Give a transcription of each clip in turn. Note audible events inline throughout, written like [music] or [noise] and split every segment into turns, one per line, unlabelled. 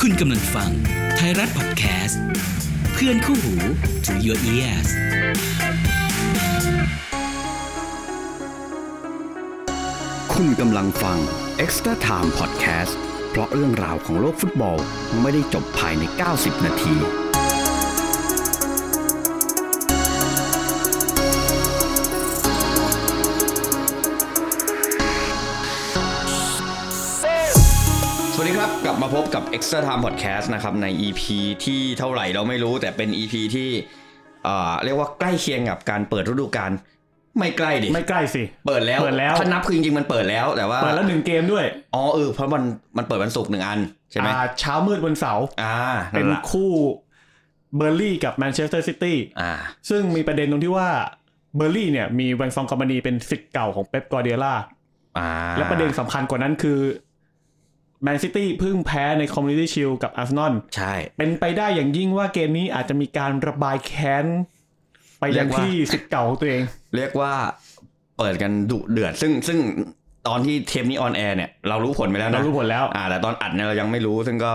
คุณกำลังฟังไทยรัฐพอดแคสต์เพื่อนคู่หู to your ears
คุณกำลังฟัง Extra Time Podcast เพราะเรื่องราวของโลกฟุตบอลไม่ได้จบภายใน 90 นาที สวัสดีครับ กลับมาพบกับ Extra Time Podcast นะครับ ใน EP ที่เท่าไหร่เราไม่รู้ แต่เป็น EP ที่เอ่อเรียกว่าใกล้เคียงกับการเปิดฤดูกาลไม่ใกล้ดิ
ไม่ใกล้สิ
เปิดแล้ว
เปิดแล้ว
ถ้านับคือจริงๆมันเปิดแล้วแต่ว่า
เปิดแล้วหนึ่งเกมด้วย
อ๋อเออเพราะมันมันเปิดวันศุกร์หนึ่งอันใช่ไหม
อ่าเช้ามืดวันเสาร์
อ่า
เป็
นั่
น
นละ
คู่เบอร์ลี่กับแมนเชสเตอร์ซิตี้
อ่า
ซึ่งมีประเด็นตรงที่ว่าเบอร์ลี่เนี่ยมีแวนซองคอมพานีเป็นสิทธิ์เก่าของเป๊ปกอร์เดียล่า
อ่า
และประเด็นสำคัญกว่านั้นคือแมนซิตี้เพิ่งแพ้ในคอมมูนิตี้ชิลกับอาร์เซนอล
ใช่
เป็นไปได้อย่างยิ่งว่าเกมนี้อาจจะมีการระบายแค้น ไปยัง
เรียกว่า
ที่สิทธิ์เก่าของตัวเอง
เรียกว่าเปิดกันดุเดือด ซึ่งซึ่งตอนที่เทปนี้ออนแอร์เนี่ยเรารู้ผลไปแล้วนะ
เรารู้ผลแล้ว
อ่า แต่ตอนอัดเนี่ยเรายังไม่รู้ ซึ่งก็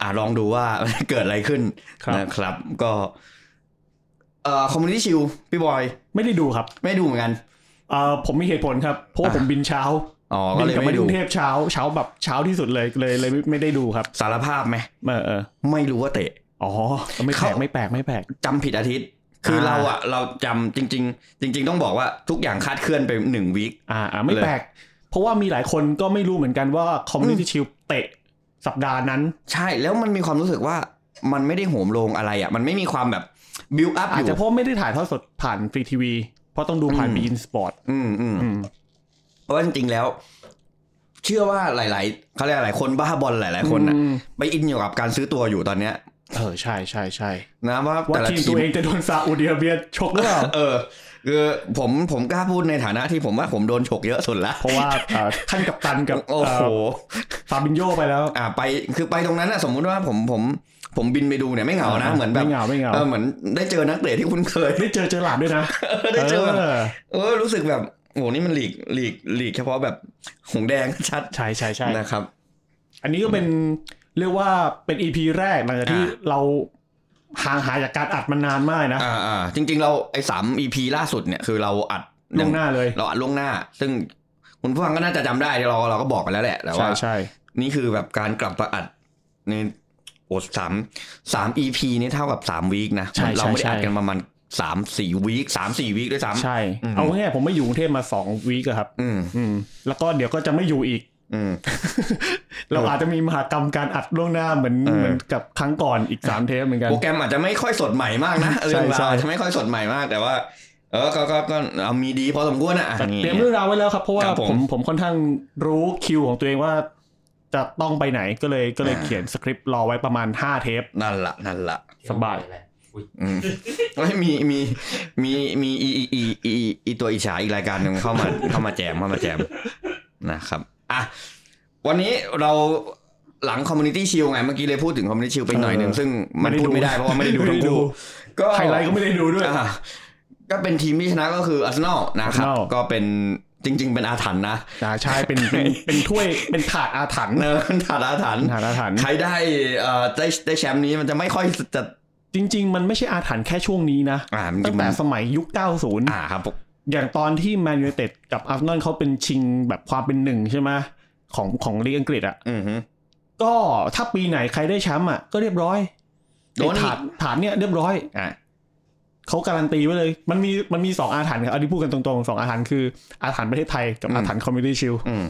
อ่าลองดูว่า [laughs] เกิดอะไรขึ้น
ครับ
นะครับ ก็เอ่อคอมมูนิตี้ชิลพี่บอย
ไม่ได้ดูครับ
ไม่ดูเหมือนกัน
เอ่อผมมีเหตุผลครับเพราะว่า
อ่ะ
ผมบินเช้า
อ๋อก็
บิน
เลย
กลับมา
ไม่
ที่ก
ดู
รุงเทพเช้าเช้าแบบเช้าที่สุดเลยเลยเลยไม่ไม่ได้ดูครับ
สารภาพไหม
เออเออ
ไม่รู้ว่าเตะ
อ๋อไม่แปลก
เขา
ไม่แปลกไม่แปลก
จำผิดอาทิตย์ คือ
อ่า
เราอะเราจำจริง ๆ จริง ๆ ต้องบอกว่าทุกอย่างคาดเคลื่อนไปหนึ่งวีค
อ่าอ่าไม่
เลย
แปลก เพราะว่ามีหลายคนก็ไม่รู้เหมือนกันว่าคอมมูนิตี้ชิลเตะสัปดาห์นั้น
ใช่แล้วมันมีความรู้สึกว่ามันไม่ได้โหมโรงอะไรอะมันไม่มีความแบบบิวอัพอ
อาจ
ยู่
จะเพราะไม่ได้ถ่ายทอดสดผ่านฟรีทีวี เพราะต้องดูผ่าน
อืม
บีอินสปอร์ต
อืมอืมเพราะว่าจริงๆแล้ว เชื่อว่าหลายๆเขาเรียกหลายคนบ้าบอลหลาย ๆ คนอะไปอินอยู่กับการซื้อตัวอยู่ตอนเนี้ย
เออใช่ใช่ใช่
นะว่า
ว่า
แต่ละ
ทีม
ที
ตัว
ม
เองจะโดนซาอุดิอาระเบียชกหรือเปล่า
เออ คือผมผมกล้าพูดในฐานะที่ผมว่าผมโดนฉกเยอะสุดละ
เพราะว่าเอ่อท่านกัปตันกับ
โอ้โห
เอ่อฟาบินโยไปแล้ว
อ่าไปคือไปตรงนั้นอะสมมุติว่าผมผมผมบินไปดูเนี่ยไม่เหงานะเหมือนแบบ
ไม่เหงาไม่เหงา
เออเหมือนได้เจอนักเตะที่คุ้นเคย
ได้เจอเจอหลาดด้วยนะ
[laughs] ได้เจอแบบ
อ
เออรู้สึกแบบโอ้โหนี่มันหลีกหลีกหลีกเฉพาะแบบหงแดงชัด
ใช่ใช่ใช่
นะครับ
อันนี้ก็เป็นเรียกว่าเป็นอีพีแรกหลังจากที่
อ่า
เราห่างหายจากการอัดมานานมากนะ
อ่าอ่าจริง ๆ เราไอ้สามอีพีล่าสุดเนี่ยคือเราอัด
ล่วงหน้าเลย
เราอัดล่วงหน้า ซึ่งคุณผู้ฟังก็น่าจะจำได้เราเราก็บอกไปแล้วแหละแต่
ใช่
ว่า
ใช่
นี่คือแบบการกลับมาอัดนี่โอ้สามสามอีพีนี่เท่ากับสามวีคนะเราไม่ได้อัดกันประมาณสามสี่วีคสามสี่วีคด้วยซ้ำ
ใช่
อืม
เอาง่ายๆผมไม่อยู่กรุงเทพมาสองวีคอะครับ
อืม
อืม แล้วก็เดี๋ยวก็จะไม่อยู่อีก
อืม
เราอาจจะมีมหากรรมการอัดล่วงหน้าเหมือน
เออ
เหมือนกับครั้งก่อนอีกสามเทปเหมือนกัน
โปรแกรมอาจจะไม่ค่อยสดใหม่มากนะเรื่องราว
ใช่ใช่
อาจจะไม่ค่อยสดใหม่มาก แต่ว่า เออก็ก็ก็เอามีดีพอสมควรนะอ่ะ
แต่
นี่
เตรียมเรื่องราวไว้แล้วครับ เพราะว่า
ครับผม
ผมผมค่อนข้างรู้คิวของตัวเองว่า จะต้องไปไหนก็เลยก็เลย
อ่า
เขียนสคริปต์รอไว้ประมาณห้าเทป
นั่นละนั่นละ
สบาย
อืม [laughs] แล้วมีมีมีมีอีอีอีอีอีตัวอิจฉาอีกรายการหนึ่งเข้ามา เข้ามาแจมเข้ามาแจมนะครับอ่ะวันนี้เราหลังคอมมูนิตี้ชิลไงเมื่อกี้เลยพูดถึงคอมมูนิตี้ชิลไปหน่อยหนึ่ง
เออ
ซึ่งมันพูดไม่ได้เพราะว่าไม่ได้ดูทั้งคู่ก็
ไฮไลท์ก็ไม่ได้ดูด้วย
อ่ะก็เป็นทีมที่ชนะก็คืออาร์เซนอลนะครับ
Arsenal
ก็เป็นจริง ๆ เป็นอาถรรพ์นะ
อ่าใช่เป็นเป็นเป็นถ้วยเป็นถาดอาถรรพ์
เอ [laughs] อถาดอาถรรพ์
ถาดอาถรรพ์
ใครได้เอ่อได้ได้แชมป์นี้มันจะไม่ค่อยจะ
จริง ๆ มันไม่ใช่อาถรรพ์แค่ช่วงนี้นะ
อ่ามัน
ตั้งแต่สมัยยุค 90
อ่าครับผม
อย่างตอนที่แมนยู i นเต็ดกับอาร์ n นอลเขาเป็นชิงแบบความเป็นหนึ่งใช่ไหมของของลีกอังกฤษอ่ะ
อือฮึ
ก็ถ้าปีไหนใครได้แชมป์อ่ะ ก็เรียบร้อย
โดนอี
ไอ้ถาด
ก
ถาดเนี่ยเรียบร้อย
อ่า
เขาการันตีไว้เลย มันมีมันมีสองอาถรรพ์ครับอันนี้พูดกันตรงๆสองอาถรรพ์คืออาถรรพ์ประเทศไทยกับอาถรรพ์คอมมิวนิตี้ชิลด์
อืม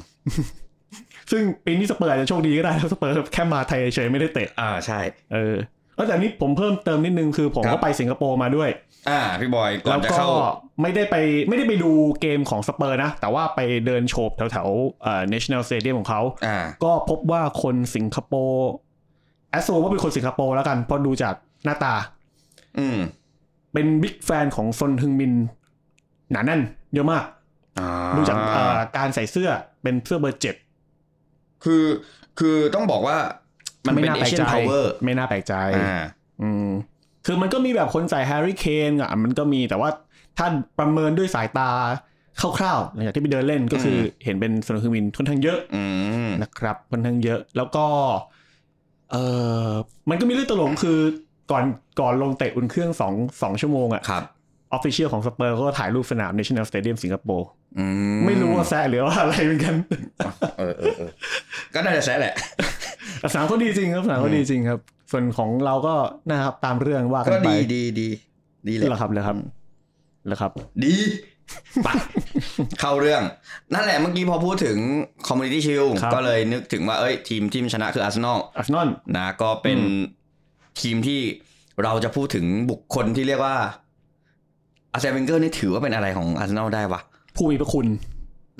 ซึ่งปีนี้สเปอร์อาจจะโชคดีก็ได้แล้วสเปอร์แค่มาไทยเฉยๆไม่ได้เตะ
อ่าใช่
เออแล้วแต่นี้ผมเพิ่มเติมนิดนึงคือผม
ครั
ก็
บ
ไปสิงคโปร์มาด้วย
อ่า พี่บอยก่อ
แล้
น
ว
จะ
ก็
เข้า
ไม่ได้ไปไม่ได้ไปดูเกมของสเปอร์นะ แต่ว่าไปเดินโฉบแถวแถวๆเอ่อ national stadium ของเขา
อ่า
ก็พบว่าคนสิงคโปร์แอสโซว่าเป็นคนสิงคโปร์แล้วกัน เพราะดูจากหน้าตา
อืม
เป็นบิ๊กแฟนของซนฮึงมิน หนาแน่นเยอะมาก
อ่า
ดูจากเอ่อการใส่เสื้อเป็นเสื้อเบอร์เจ็ด
คือคือต้องบอกว่ามันเป็นเอเชียนพาวเวอร์
ไม่น่าแปลกใจ
อ่า
อืมคือมันก็มีแบบคนใส่แฮร์รี่เคนอ่ะมันก็มีแต่ว่าถ้าประเมินด้วยสายตาคร่าวๆหลังจากที่ไปเดินเล่นก็คืออเห็นเป็นสนามเครื่องบินค่อนข้างเยอะ
อืม
นะครับค่อนข้างเยอะ แล้วก็ เออมันก็มีเรื่องตลกคือก่อนก่อนลงเตะอุ่นเครื่องสองสองชั่วโมงอะ
ครับ
ออฟฟิเชียลของสเปอร์ก็ถ่ายรูปสนาม National Stadium สิงคโปร์
อื
ไม่รู้ว่าแซะหรือว่าอะไรเหมือนกัน
เออเออเออก็น่าจะแซะแหละ
แต่สนามเขาดีจริงครับสนามเขาดีจริงครับ ส่วนของเราก็นะครับตามเรื่องว่ากั
ก็
นไป
ดีดีดีดีแห
เหรอ
ละ
ครับเหรอครับเหรอครับ
ดี
[laughs]
ไปเข้าเรื่อง นั่นแหละเมื่อกี้พอพูดถึงคอมมูนิตี้ชิล
ครับ
ก็เลยนึกถึงว่าเอ้ยทีมที่มันชนะคืออาร์เซนอล
อาร์เซนอล
นะก็เป็น
อืม
ทีมที่เราจะพูดถึงบุคคลที่เรียกว่าอาร์เซนเวนเกอร์นี่ถือว่าเป็นอะไรของอาร์เซนอลได้วะ
ผู้มีพระคุณ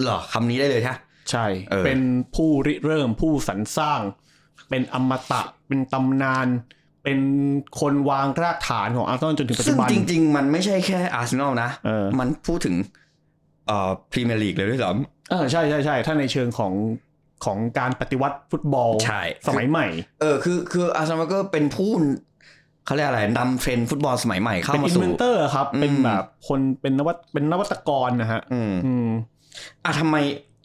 เหรอคำนี้ได้เลยใช่
ใช่
เออ
เป็นผู้ริเริ่มผู้สรรสร้าง เป็นอมตะ เป็นตำนาน เป็นคนวางรากฐานของอาร์เซนอลจนถึงปัจ
ซึ่
จุ
ง
บัน
จริง ๆ มันไม่ใช่แค่อาร์เซนอลนะ
เออ
มันพูดถึงเอ่อพรีเมียร์ลีกเลยด้วยซ้
เออใช่ใช่ใช่ถ้าในเชิงของของการปฏิวัติฟุตบอล
ำใช่
สมัยใหม่
เออคือคืออาร์เซนอลก็เป็นผู้เขาเรียกอะไรนำเทรนด์ฟุตบอลสมัยใหม่เข้า
เป็น
มา
อิน
สู่
เวนเตอร์ครับ เป็น
อืม
แบบคนเป็นนวัตเป็นนวัตกรนะฮะ
อืม
อืม
อ่ะทำไม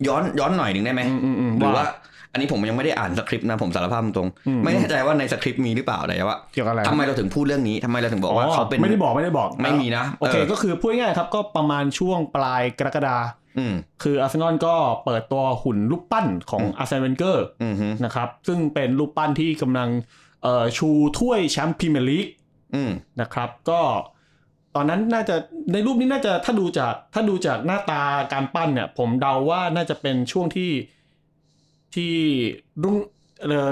ย้อนย้อนหน่อยหนึ่งได้ไหม
อืมอืมอืม
หรือว่า อันนี้ผมยังไม่ได้อ่านสคริปต์นะผมสารภาพตรง
อื
ๆไม่แน่ใจว่าในสคริปต์มีหรือเปล่าแต่ว่า
เกี่ยวกับอะไร
ทำไมเราถึงพูดเรื่องนี้ทำไมเราถึงบอกว่าเขาเป็น
ไม่ได้บอกไม่ได้บอก
ไม่มีนะ
โอเค
เ
ก็คือพูดง่ายๆครับ ก็ประมาณช่วงปลายกรกฎา
อืม
คืออาร์เซนอลก็เปิดตัวหุ่นรูปปั้นของ
อืม
อาร์เซนเวนเกอร์
อืมฮึ
นะครับซึ่งเป็นรูปปั้นที่กำลังเอ่อชูถ้วยแชมป์พรีเมียร์ลีก
อืม
นะครับ ก็ตอนนั้นน่าจะในรูปนี้น่าจะถ้าดูจากถ้าดูจากหน้าตาการปั้นเนี่ย ผมเดาว่าน่าจะเป็นช่วงที่ที่รุ่งเอ่อ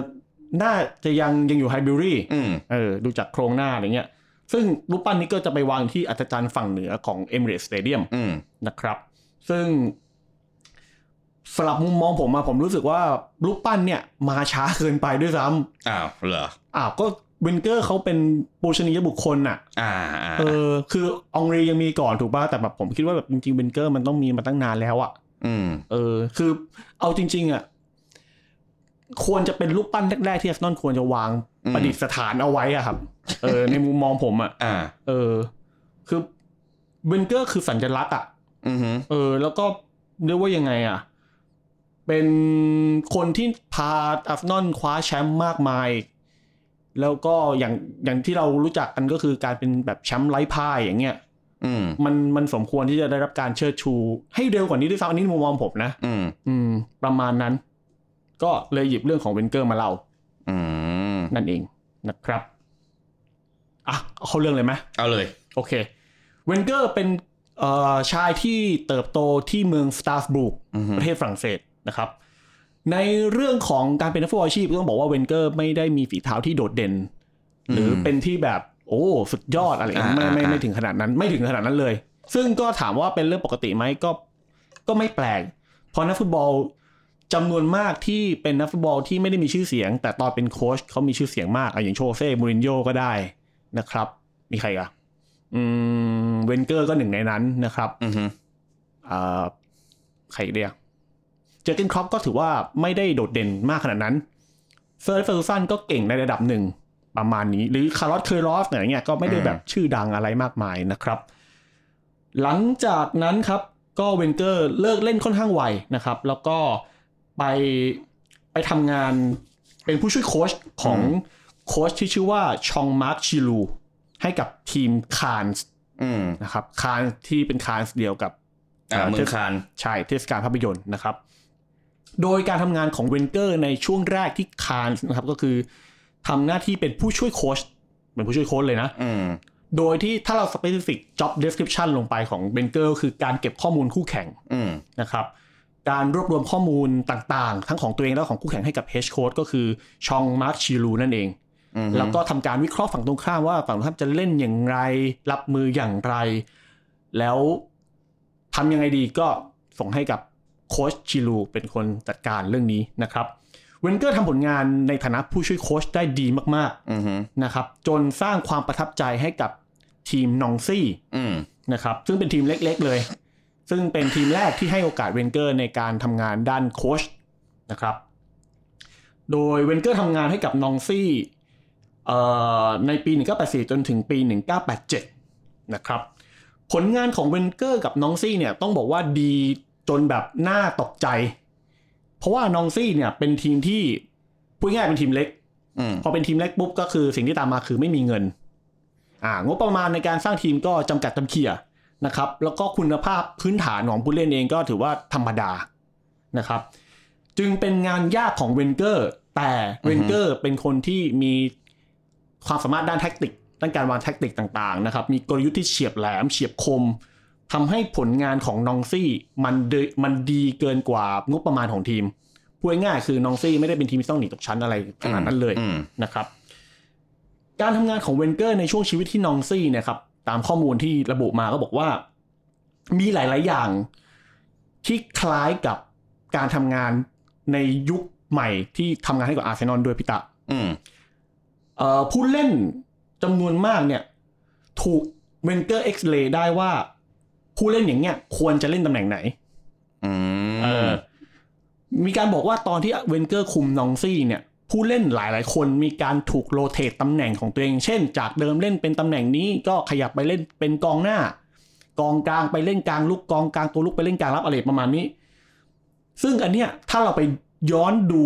น่าจะยังยังอยู่ไฮบิวรี่
อืม
เออดูจากโครงหน้าอะไรเงี้ย ซึ่งรูปปั้นนี้ก็จะไปวางที่อัศจรรย์ฝั่งเหนือของเอมิเรตสเตเดียม
อืม
นะครับ ซึ่งสำหรับมุมมองผมมาผมรู้สึกว่ารูปปั้นเนี่ยมาช้าเกินไปด้วยซ้
อ้าวเหรอ
ำอ้าวก็วินเกอร์เขาเป็นปูชนียบุคคลน่ะ
อ่าอ่า
เออ คือองรียังมีก่อนถูกป่ะ แต่แบบผมคิดว่าแบบจริงๆวินเกอร์มันต้องมีมาตั้งนานแล้วอะ่ะ
อืม
เออ คือเอาจริง ๆอะ่ะ ควรจะเป็นรูปปั้นแรกๆที่อาร์เซนอลควรจะวางประดิษฐานเอาไว้อะครับ เออ ในมุมมองผมอะ่ะ
อ่า
เออ คือวินเกอร์คือสัญลักษณ์อ่ะ
อืมฮึ
เออแล้วก็เรียกว่ายังไงอ่ะ เป็นคนที่พาอาร์เซนอลคว้าแชมป์มากมาย แล้วก็อย่างอย่างที่เรารู้จักกันก็คือการเป็นแบบแชมป์ไร้พ่ายอย่างเงี้ย
อืม
มันมันสมควรที่จะได้รับการเชิดชู ให้เร็วกว่านี้ด้วยซ้ำอันนี้ในมุมมองผมนะ
อืม
อืม ประมาณนั้น ก็เลยหยิบเรื่องของเวนเกอร์มาเล่า
อืม
นั่นเองนะครับอ่ะเอาเข้าเรื่องเลยไหม
เอาเลย
โอเค เวนเกอร์เป็นเอ่อชายที่เติบโตที่เมืองสตาฟบุก
อือฮึ
ประเทศฝรั่งเศสนะครับ ในเรื่องของการเป็นนักฟุตบอลอาชีพก็ต้องบอกว่าเวนเกอร์ไม่ได้มีฝีเท้าที่โดดเด่น หรือเป็นที่แบบโอ้สุดยอดอะไรอย่างเงี้ยไม่
อ่า
ไม่
อ่า
ไม่ถึงขนาดนั้นไม่ถึงขนาดนั้นเลย ซึ่งก็ถามว่าเป็นเรื่องปกติไหมก็ก็ไม่แปลก เพราะนักฟุตบอลจำนวนมากที่เป็นนักฟุตบอลที่ไม่ได้มีชื่อเสียง แต่ตอนเป็นโค้ชเขามีชื่อเสียงมากอ่ะอย่างโชเซ่มูรินโญ่ก็ได้นะครับ มีใครอีกอ่ะอืมเวนเกอร์ก็หนึ่งในนั้นนะครับ
อืมฮึ
อ่าใครอีกเดียเจอร์เกนครอปก็ถือว่าไม่ได้โดดเด่นมากขนาดนั้นเซอร์เฟอร์ซันก็เก่งในระดับหนึ่งประมาณนี้ หรือคาร์ลอสเคอร์ลอสอะไรเงี้ยก็ไม่ได้แบบชื่อดังอะไรมากมายนะครับ หลังจากนั้นครับก็เวนเกอร์เลิกเล่นค่อนข้างไวนะครับ แล้วก็ไปไปทำงานเป็นผู้ช่วยโค้ชของโค้ชที่ชื่อว่าชองมาร์คชิลูให้กับทีมคานส์
อืม
นะครับคานส์ที่เป็นคานส์เดียวกับ
อ่า
เอ่อ
มื
เท
อ
ศ
คาน
ใช่เทศกาลภาพยนตร์นะครับ โดยการทำงานของเวนเกอร์ในช่วงแรกที่คานส์นะครับก็คือทำหน้าที่เป็นผู้ช่วยโค้ชเป็นผู้ช่วยโค้ชเลยนะ
อืม
โดยที่ถ้าเรา specific job description ลงไปของเบนเกอร์คือการเก็บข้อมูลคู่แข่ง
อืม
นะครับ การรวบรวมข้อมูลต่างๆ ทั้งของตัวเองและของคู่แข่งให้กับ H Code ก็คือชองมาร์คชิลูนั่นเอง
อืม
แล้วก็ทำการวิเคราะห์ฝั่งตรงข้ามว่าฝั่งตรงข้ามจะเล่นอย่างไร รับมืออย่างไร แล้วทำยังไงดีก็ส่งให้กับโค้ชชิลูเป็นคนจัดการเรื่องนี้นะครับเวนเกอร์ทำผลงานในฐานะผู้ช่วยโค้ชได้ดีมากๆ
อืมฮึ
นะครับจนสร้างความประทับใจให้กับทีมนองซี่
อืม
นะครับซึ่งเป็นทีมเล็กๆเลย ซึ่งเป็นทีมแรกที่ให้โอกาสเวนเกอร์ในการทำงานด้านโค้ชนะครับโดยเวนเกอร์ทำงานให้กับนองซี่เอ่อในปี 1984 จนถึงปี 1987นะครับผลงานของเวนเกอร์กับนองซี่เนี่ยต้องบอกว่าดีจนแบบน่าตกใจ เพราะว่านองซี่เนี่ยเป็นทีมที่พูดง่ายๆเป็นทีมเล็ก
อืม
พอเป็นทีมเล็กปุ๊บก็คือสิ่งที่ตามมาคือไม่มีเงิน อ่างบประมาณในการสร้างทีมก็จำกัดจำเขี่ยนะครับ แล้วก็คุณภาพพื้นฐานของผู้เล่นเองก็ถือว่าธรรมดานะครับ จึงเป็นงานยากของเวนเกอร์ แต่เวนเกอร์เป็นคนที่มีความสามารถด้านแท็กติกด้านการวางแท็กติกต่างๆนะครับ มีกลยุทธ์ที่เฉียบแหลมเฉียบคมทำให้ผลงานของนองซี่มันเดมันดีเกินกว่างบประมาณของทีมพูดง่ายๆคือนองซี่ไม่ได้เป็นทีมที่ต้องหนีตกชั้นอะไรขนาดนั้นเลย
อืม
นะครับการทำงานของเวนเกอร์ในช่วงชีวิตที่นองซี่เนะครับตามข้อมูลที่ระบุมาก็บอกว่า มีหลาย ๆ อย่างที่คล้ายกับการทำงานในยุคใหม่ที่ทำงานให้กับอาร์เซนอลด้วยพี่ตะ
อืม
เอ่อผู้เล่นจำนวนมากเนี่ยถูกเวนเกอร์เอ็กซ์เลได้ว่าผู้เล่นอย่างเงี้ยควรจะเล่นตำแหน่งไหน
อืม
เออมีการบอกว่าตอนที่เวนเกอร์คุมนองซี่เนี่ย ผู้เล่นหลายๆ คนมีการถูกโรเตทตำแหน่งของตัวเอง เช่น จากเดิมเล่นเป็นตำแหน่งนี้ก็ขยับไปเล่นเป็นกองหน้า กองกลางไปเล่นกลางลุกกองกลางตัวลุกไปเล่นกลางรับอะไรประมาณนี้ ซึ่งอันเนี้ยถ้าเราไปย้อนดู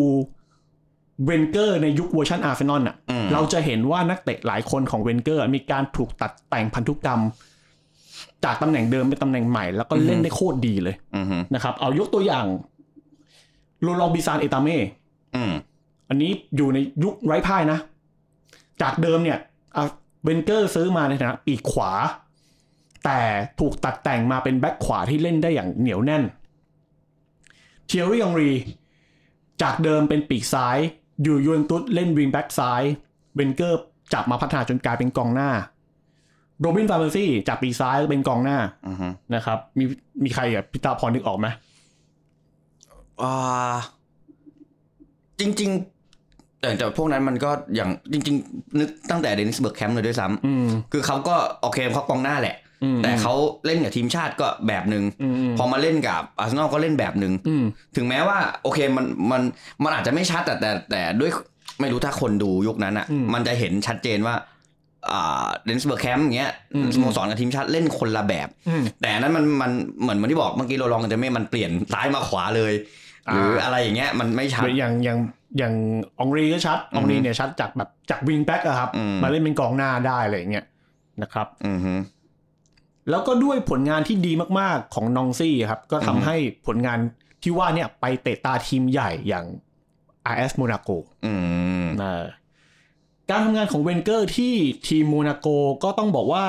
เวนเกอร์ในยุคเวอร์ชันอาร์เซนอลอ่ะ
อืม
เราจะเห็นว่านักเตะหลายคนของเวนเกอร์มีการถูกตัดแต่งพันธุกรรม จากตำแหน่งเดิมเป็นตำแหน่งใหม่ แล้วก็เล่นได้โคตรดีเลย
อืม
นะครับเอายกตัวอย่างโรลองบิซานเอตาเม่
อืม
อันนี้อยู่ในยุคไร้พ่ายนะ จากเดิมเนี่ยอ่ะเวนเกอร์ซื้อมาในฐานะปีกขวา แต่ถูกตัดแต่งมาเป็นแบ็คขวาที่เล่นได้อย่างเหนียวแน่นเทียรี่ยองรี จากเดิมเป็นปีกซ้าย อยู่ยูเวนตุสเล่นวิงแบ็คซ้ายเวนเกอร์จับมาพัฒนาจนกลายเป็นกองหน้าโรบินฟาเบอร์ซี่จากปีกซ้ายเป็นกองหน้า
อืม
นะครับมีมีใครอ่ะพิตาพรนึกออกไหม
อ่าจริง ๆ แต่แต่พวกนั้นมันก็อย่างจริง ๆ นึกตั้งแต่เดนิสเบิร์กแคมป์เลยด้วยซ้ำ
อืม
คือเขาก็โอเคเขากองหน้าแหละ
อืม
แต่เขาเล่นกับทีมชาติก็แบบหนึ่ง
อืม
พอมาเล่นกับอาร์เซนอลก็เล่นแบบหนึ่ง
อืม
ถึงแม้ว่าโอเคมันมันมันอาจจะไม่ชัดแต่แต่แต่ด้วยไม่รู้ถ้าคนดูยุคนั้นอ่ะ
อืม
มันจะเห็นชัดเจนว่าอ่าเดนสเบอร์แคมป์เงี้ย
อืม
สโมสรกับทีมชาติเล่นคนละแบบ
อืม
แต่อันนั้นมันมันเหมือนเหมือนที่บอกเมื่อกี้เราลองกันจะไม่มันเปลี่ยนซ้ายมาขวาเลย หรือ
อ่า
อะไรอย่างเงี้ยมันไม่ชัด
อย่างอย่างอย่างองรีก็ชัดองรีเนี่ยชัดจากแบบจากวิงแบ็กอะครับ
อืม
มาเล่นเป็นกองหน้าได้อะไรอย่างเงี้ยนะครับ
อือฮึ
แล้วก็ด้วยผลงานที่ดีมากๆของนองซี่ครับ ก็
อืม
ทำให้ผลงานที่ว่าเนี่ยไปเตะตาทีมใหญ่อย่าง RS Monaco
อืม
อ่าการทำงานของเวนเกอร์ที่ทีมโมนาโกก็ต้องบอกว่า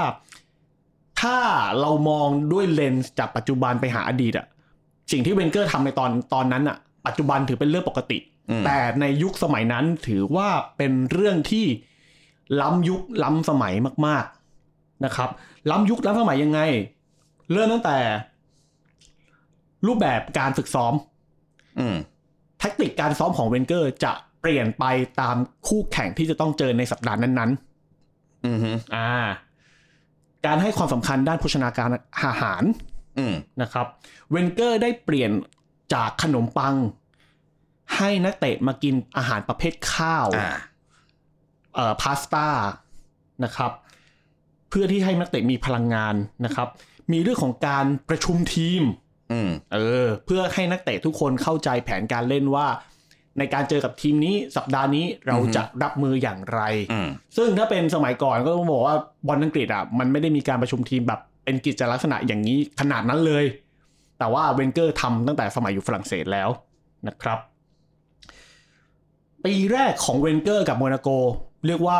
ถ้าเรามองด้วยเลนส์จากปัจจุบันไปหาอดีตอะสิ่งที่เวนเกอร์ทำในตอนตอนนั้นอะปัจจุบันถือเป็นเรื่องปกติ
อืม
แต่ในยุคสมัยนั้นถือว่าเป็นเรื่องที่ล้ำยุคล้ำสมัยมาก ๆนะครับ ล้ำยุคล้ำสมัยยังไง เริ่มตั้งแต่ รูปแบบการฝึกซ้อม
อืม
แทคติกการซ้อมของเวนเกอร์จะเปลี่ยนไปตามคู่แข่งที่จะต้องเจอในสัปดาห์นั้น
อือฮึ
ๆ อ่า การให้ความสำคัญด้านโภชนาการอาหาร
อืม
นะครับ เวนเกอร์ได้เปลี่ยนจากขนมปัง ให้นักเตะมากินอาหารประเภทข้าว
อ่า
เอ่อพาสต้านะครับ เพื่อที่ให้นักเตะมีพลังงานนะครับ มีเรื่องของการประชุมทีม
อืม
เออเพื่อให้นักเตะทุกคนเข้าใจแผนการเล่นว่า ในการเจอกับทีมนี้สัปดาห์นี้เราจะรับมืออย่างไร
อืม
ซึ่งถ้าเป็นสมัยก่อนก็ต้องบอกว่าบอลอังกฤษอ่ะมันไม่ได้มีการประชุมทีมแบบเป็นกิจลักษณะอย่างนี้ขนาดนั้นเลย แต่ว่าเวนเกอร์ทำตั้งแต่สมัยอยู่ฝรั่งเศสแล้วนะครับ ปีแรกของเวนเกอร์กับโมนาโก เรียกว่า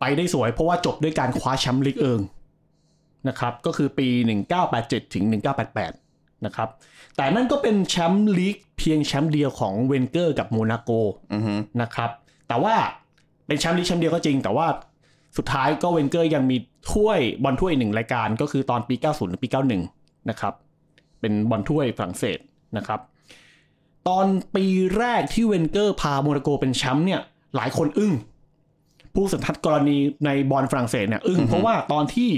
ไปได้สวยเพราะว่าจบด้วยการคว้าแชมป์ลีกเอิงนะครับ ก็คือปี 1987 ถึง 1988 นะครับ แต่นั่นก็เป็นแชมป์ลีกเพียงแชมป์เดียวของเวนเกอร์กับโมนาโก
อือฮึ
นะครับแต่ว่าเป็นแชมป์ลีกแชมป์เดียวก็จริง แต่ว่าสุดท้ายก็เวนเกอร์ยังมีถ้วยบอลถ้วยหนึ่งรายการก็คือตอนปี 90 หรือปี 91 นะครับ เป็นบอลถ้วยฝรั่งเศสนะครับ ตอนปีแรกที่เวนเกอร์พาโมนาโกเป็นแชมป์เนี่ยหลายคนอึ้ง ผู้สันทัดกรณีในบอลฝรั่งเศสเนี่ยอึ้งเพราะว่าตอนที่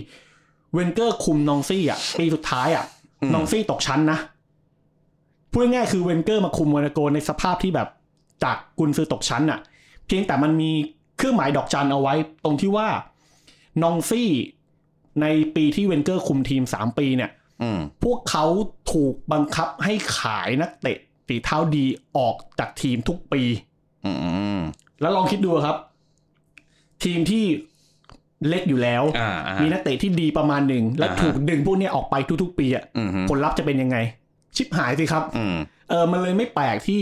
เวนเกอร์คุมนองซี่อ่ะปีสุดท้ายอ่ะนองซี่ตกชั้นนะ พูดง่ายๆคือเวนเกอร์มาคุมโมนาโกในสภาพที่แบบจากกุนซือตกชั้นน่ะ เพียงแต่มันมีเครื่องหมายดอกจันเอาไว้ ตรงที่ว่านองซี่ในปีที่เวนเกอร์คุมทีม 3 ปีเนี่ย
อืม
พวกเขาถูกบังคับให้ขายนักเตะฝีเท้าดีออกจากทีมทุกปี
อืมอืม
แล้วลองคิดดูครับ ทีมที่เล็กอยู่แล้ว
อ่าอ่า
มีนักเตะที่ดีประมาณหนึ่งแล้ว
อ่าฮะ
ถูกดึงพวกเนี้ยออกไปทุกๆ ปีอะ
อืมฮึ
ผลลัพธ์จะเป็นยังไง ชิบหายสิครับ
อืม
เออมันเลยไม่แปลกที่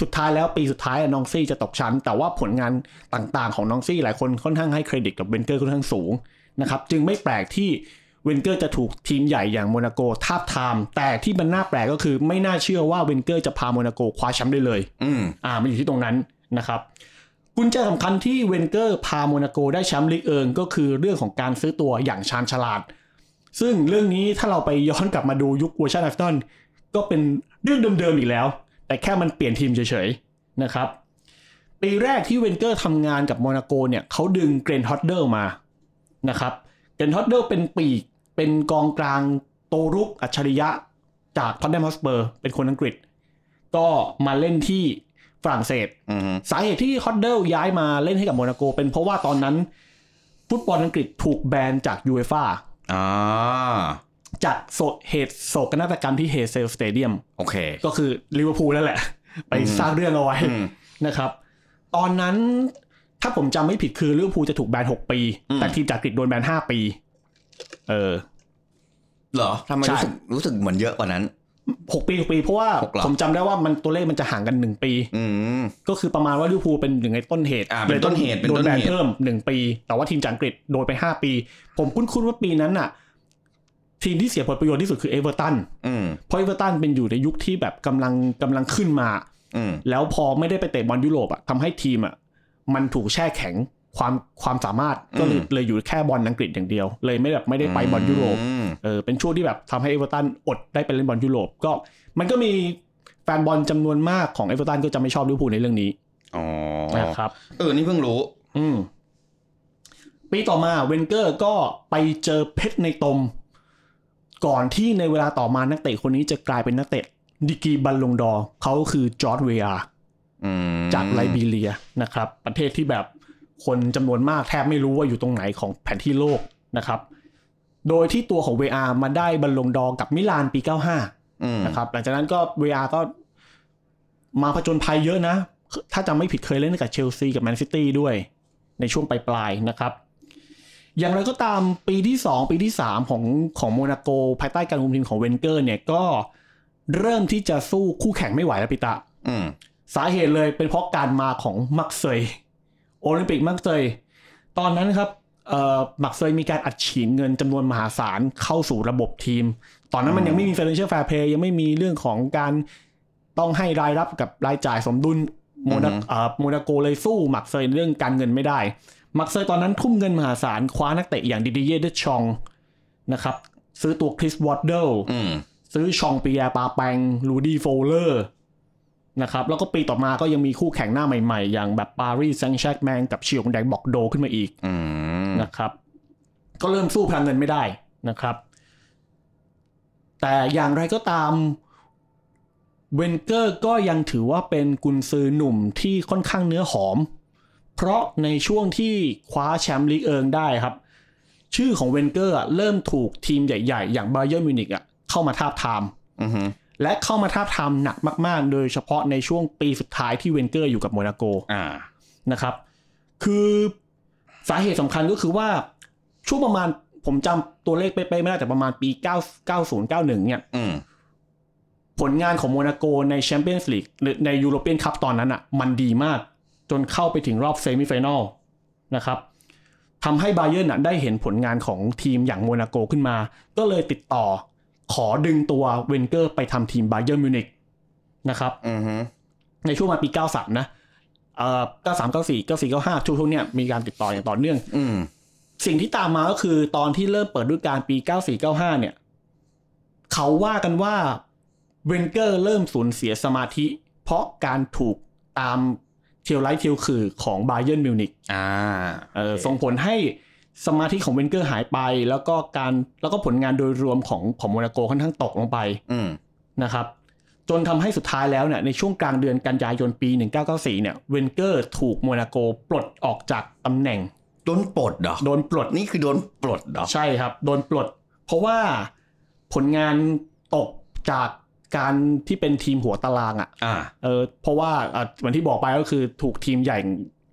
สุดท้ายแล้วปีสุดท้ายอะนองซี่จะตกชั้น แต่ว่าผลงานต่างๆของนองซี่หลายคนค่อนข้างให้เครดิตกับเวนเกอร์ค่อนข้างสูงนะครับจึงไม่แปลกที่เวนเกอร์จะถูกทีมใหญ่อย่างโมนาโกทาบทาม แต่ที่มันน่าแปลกก็คือไม่น่าเชื่อว่าเวนเกอร์จะพาโมนาโกคว้าแชมป์ได้เลย
อืม
อ่ามันอยู่ที่ตรงนั้นนะครับ กุญแจสำคัญที่เวนเกอร์พาโมนาโกได้แชมป์ลีกเอิงก็คือเรื่องของการซื้อตัวอย่างชาญฉลาด ซึ่งเรื่องนี้ถ้าเราไปย้อนกลับมาดูยุคเวอร์ชันแอฟตันก็เป็นเรื่องเดิมๆอีกแล้ว แต่แค่มันเปลี่ยนทีมเฉยๆนะครับ ปีแรกที่เวนเกอร์ทำงานกับโมนาโกเนี่ยเขาดึงเกรนฮอตเดอร์มานะครับเกรนฮอตเดอร์เป็นปีกเป็นกองกลางโตรุกอัจฉริยะจากท็อตแนมฮอสเปอร์เป็นคนอังกฤษ ก็มาเล่นที่ฝรั่งเศส
อืมฮึ
สาเหตุที่ฮอตเดลย้ายมาเล่นให้กับโมนาโก เป็นเพราะว่าตอนนั้น ฟุตบอลอังกฤษถูกแบนจากยูเอฟ่า
อ่า
จากโศกเหตุโศกนาฏกรรมที่เฮเซลสเตเดียม
โอเค
ก็คือลิเวอร์พูลนั่นแหละ ไปสร้างเรื่องเอาไว้
อืม
นะครับ ตอนนั้นถ้าผมจำไม่ผิดคือลิเวอร์พูลจะถูกแบน 6 ปี
อืม
แต่ทีมจากอังกฤษโดนแบน 5 ปี เออ
เหรอทำไม
ใช่
รู้สึกรู้สึกเหมือนเยอะกว่านั้น
6 ปี6ปี เพราะว่า
หกเหรอ
ผมจำได้ว่ามันตัวเลขมันจะห่างกัน 1 ปี
อืม
ก็คือประมาณว่าลิเวอร์พูลเป็นหนึ่งในต้นเหตุ
อ่าเป็นต้นเหตุเป็น
โด
ต้
น
น
แบน
เหตุ
เพิ่มหนึ่งปี แต่ว่าทีมจากอังกฤษโดนไปห้าปี ผมคุ้นๆว่าปีนั้นน่ะ ทีมที่เสียผลประโยชน์ที่สุดคือเอเวอร์ตัน
อืม
เพราะเอเวอร์ตันเป็นอยู่ในยุคที่แบบกำลังกำลังขึ้นมา
อืม
แล้วพอไม่ได้ไปเตะบอลยุโรปอ่ะทำให้ทีมอ่ะมันถูกแช่แข็งความความสามารถก็เลยเลยอยู่แค่บอลอังกฤษอย่างเดียว เลยไม่แบบไม่ได้ไปบอลยุโรป
ม
เออเป็นช่วงที่แบบทำให้เอเวอร์ตันอดได้ไปเล่นบอลยุโรปก็ มันก็มีแฟนบอลจำนวนมากของเอเวอร์ตันก็จะไม่ชอบลิเวอร์พูลในเรื่องนี้
อ๋อ
นะครับ
เออนี่เพิ่งรู้
อืมปีต่อมาเวนเกอร์ก็ไปเจอเพชรในตม ก่อนที่ในเวลาต่อมานักเตะคนนี้จะกลายเป็นนักเตะดิกรีบัลลงดอร์เขาคือจอร์ดเวียร์
อืม
จากไลบีเรียนะครับ ประเทศที่แบบคนจำนวนมากแทบไม่รู้ว่าอยู่ตรงไหนของแผนที่โลกนะครับ โดยที่ตัวของ VR มาได้บัลลงดอร์กับมิลานปี 95
อืม
นะครับหลังจากนั้นก็ VR ก็มาผจญภัยเยอะนะ ถ้าจำไม่ผิดเคยเล่นกับเชลซีกับแมนซิตี้ด้วย ในช่วงปลายๆนะครับ อย่างไรก็ตามปีที่ 2 ปีที่ 3 ของของโมนาโก ภายใต้การคุมทีมของเวนเกอร์เนี่ยก็เริ่มที่จะสู้คู่แข่งไม่ไหวแล้วปิตะ
อืม
สาเหตุเลยเป็นเพราะการมาของมักเซยโอลิมปิกมักเซยตอนนั้นครับเอ่อมักเซยมีการอัดฉีดเงินจำนวนมหาศาลเข้าสู่ระบบทีม ตอนนั้นมันยังไม่มี financial fair play ยังไม่มีเรื่องของการต้องให้รายรับกับรายจ่ายสมดุลโมนาเอ่อโมนาโกเลยสู้มักเซยเรื่องการเงินไม่ได้ มักเซยตอนนั้นทุ่มเงินมหาศาลคว้านักเตะอย่างดิดิเย่เดชองนะครับซื้อตัวคริสวอตเดล
อืม
ซื้อชองปีแยร์ปาแปงรูดี้โฟลเลอร์นะครับแล้วก็ปีต่อมาก็ยังมีคู่แข่งหน้าใหม่ๆ อย่างแบบปารีสแซงต์แชร์กแมงกับเชียงแดงบอกโดขึ้นมาอีก
อืม
นะครับ ก็เริ่มสู้พลังเงินไม่ได้นะครับ แต่อย่างไรก็ตามเวนเกอร์ก็ยังถือว่าเป็นกุนซือหนุ่มที่ค่อนข้างเนื้อหอม เพราะในช่วงที่คว้าแชมป์ลีกเอิงได้ครับ ชื่อของเวนเกอร์อะเริ่มถูกทีมใหญ่ ๆ อย่างบาเยอร์มิวนิกอะเข้ามาทาบทาม
อืม
และเข้ามาทาบทามหนักมาก ๆ โดยเฉพาะในช่วงปีสุดท้ายที่เวนเกอร์อยู่กับโมนาโก
อ่า
นะครับ คือสาเหตุสำคัญก็คือว่าช่วงประมาณผมจำตัวเลขเป๊ะๆไม่ได้แต่ประมาณปี 9 90 91 เนี่ย
อืม
ผลงานของโมนาโกในแชมเปี้ยนส์ลีกหรือในยูโรเปียนคัพตอนนั้นอ่ะ มันดีมาก จนเข้าไปถึงรอบเซมิไฟแนอลนะครับทำให้บาเยิร์นน่ะได้เห็นผลงานของทีมอย่างโมนาโกขึ้นมา ก็เลยติดต่อขอดึงตัวเวนเกอร์ไปทำทีมบาเยิร์นมิวนิกนะครับ
อืมฮึ
ในช่วงประมาณปี 93 นะเอ่อ93 94 94 95 ช่วงๆเนี้ยมีการติดต่ออย่างต่อเนื่อง
อืม
สิ่งที่ตามมาก็คือตอนที่เริ่มเปิดฤดูกาลปี 94 95 เนี่ย เขาว่ากันว่าเวนเกอร์เริ่มสูญเสียสมาธิ เพราะการถูกตามเทียวไลท์เทียวคือของบาเยิร์นมิวนิก
อ่า
เอ่อส่งผลให้สมาธิของเวนเกอร์หายไป แล้วก็การแล้วก็ผลงานโดยรวมของของโมนาโกค่อนข้างตกลงไป
อืม
นะครับจนทำให้สุดท้ายแล้วเนี่ยในช่วงกลางเดือนกันยายนปี 1994 เนี่ยเวนเกอร์ถูกโมนาโกปลดออกจากตำแหน่ง
โดนปลดเหรอ
โดนปลด
นี่คือโดนปลดเหรอ
ใช่ครับ โดนปลด เพราะว่าผลงานตกจากการที่เป็นทีมหัวตารางอะ่ะ
อ่า
เออเพราะว่าอ่ะเหมือนที่บอกไปก็คือถูกทีมใหญ่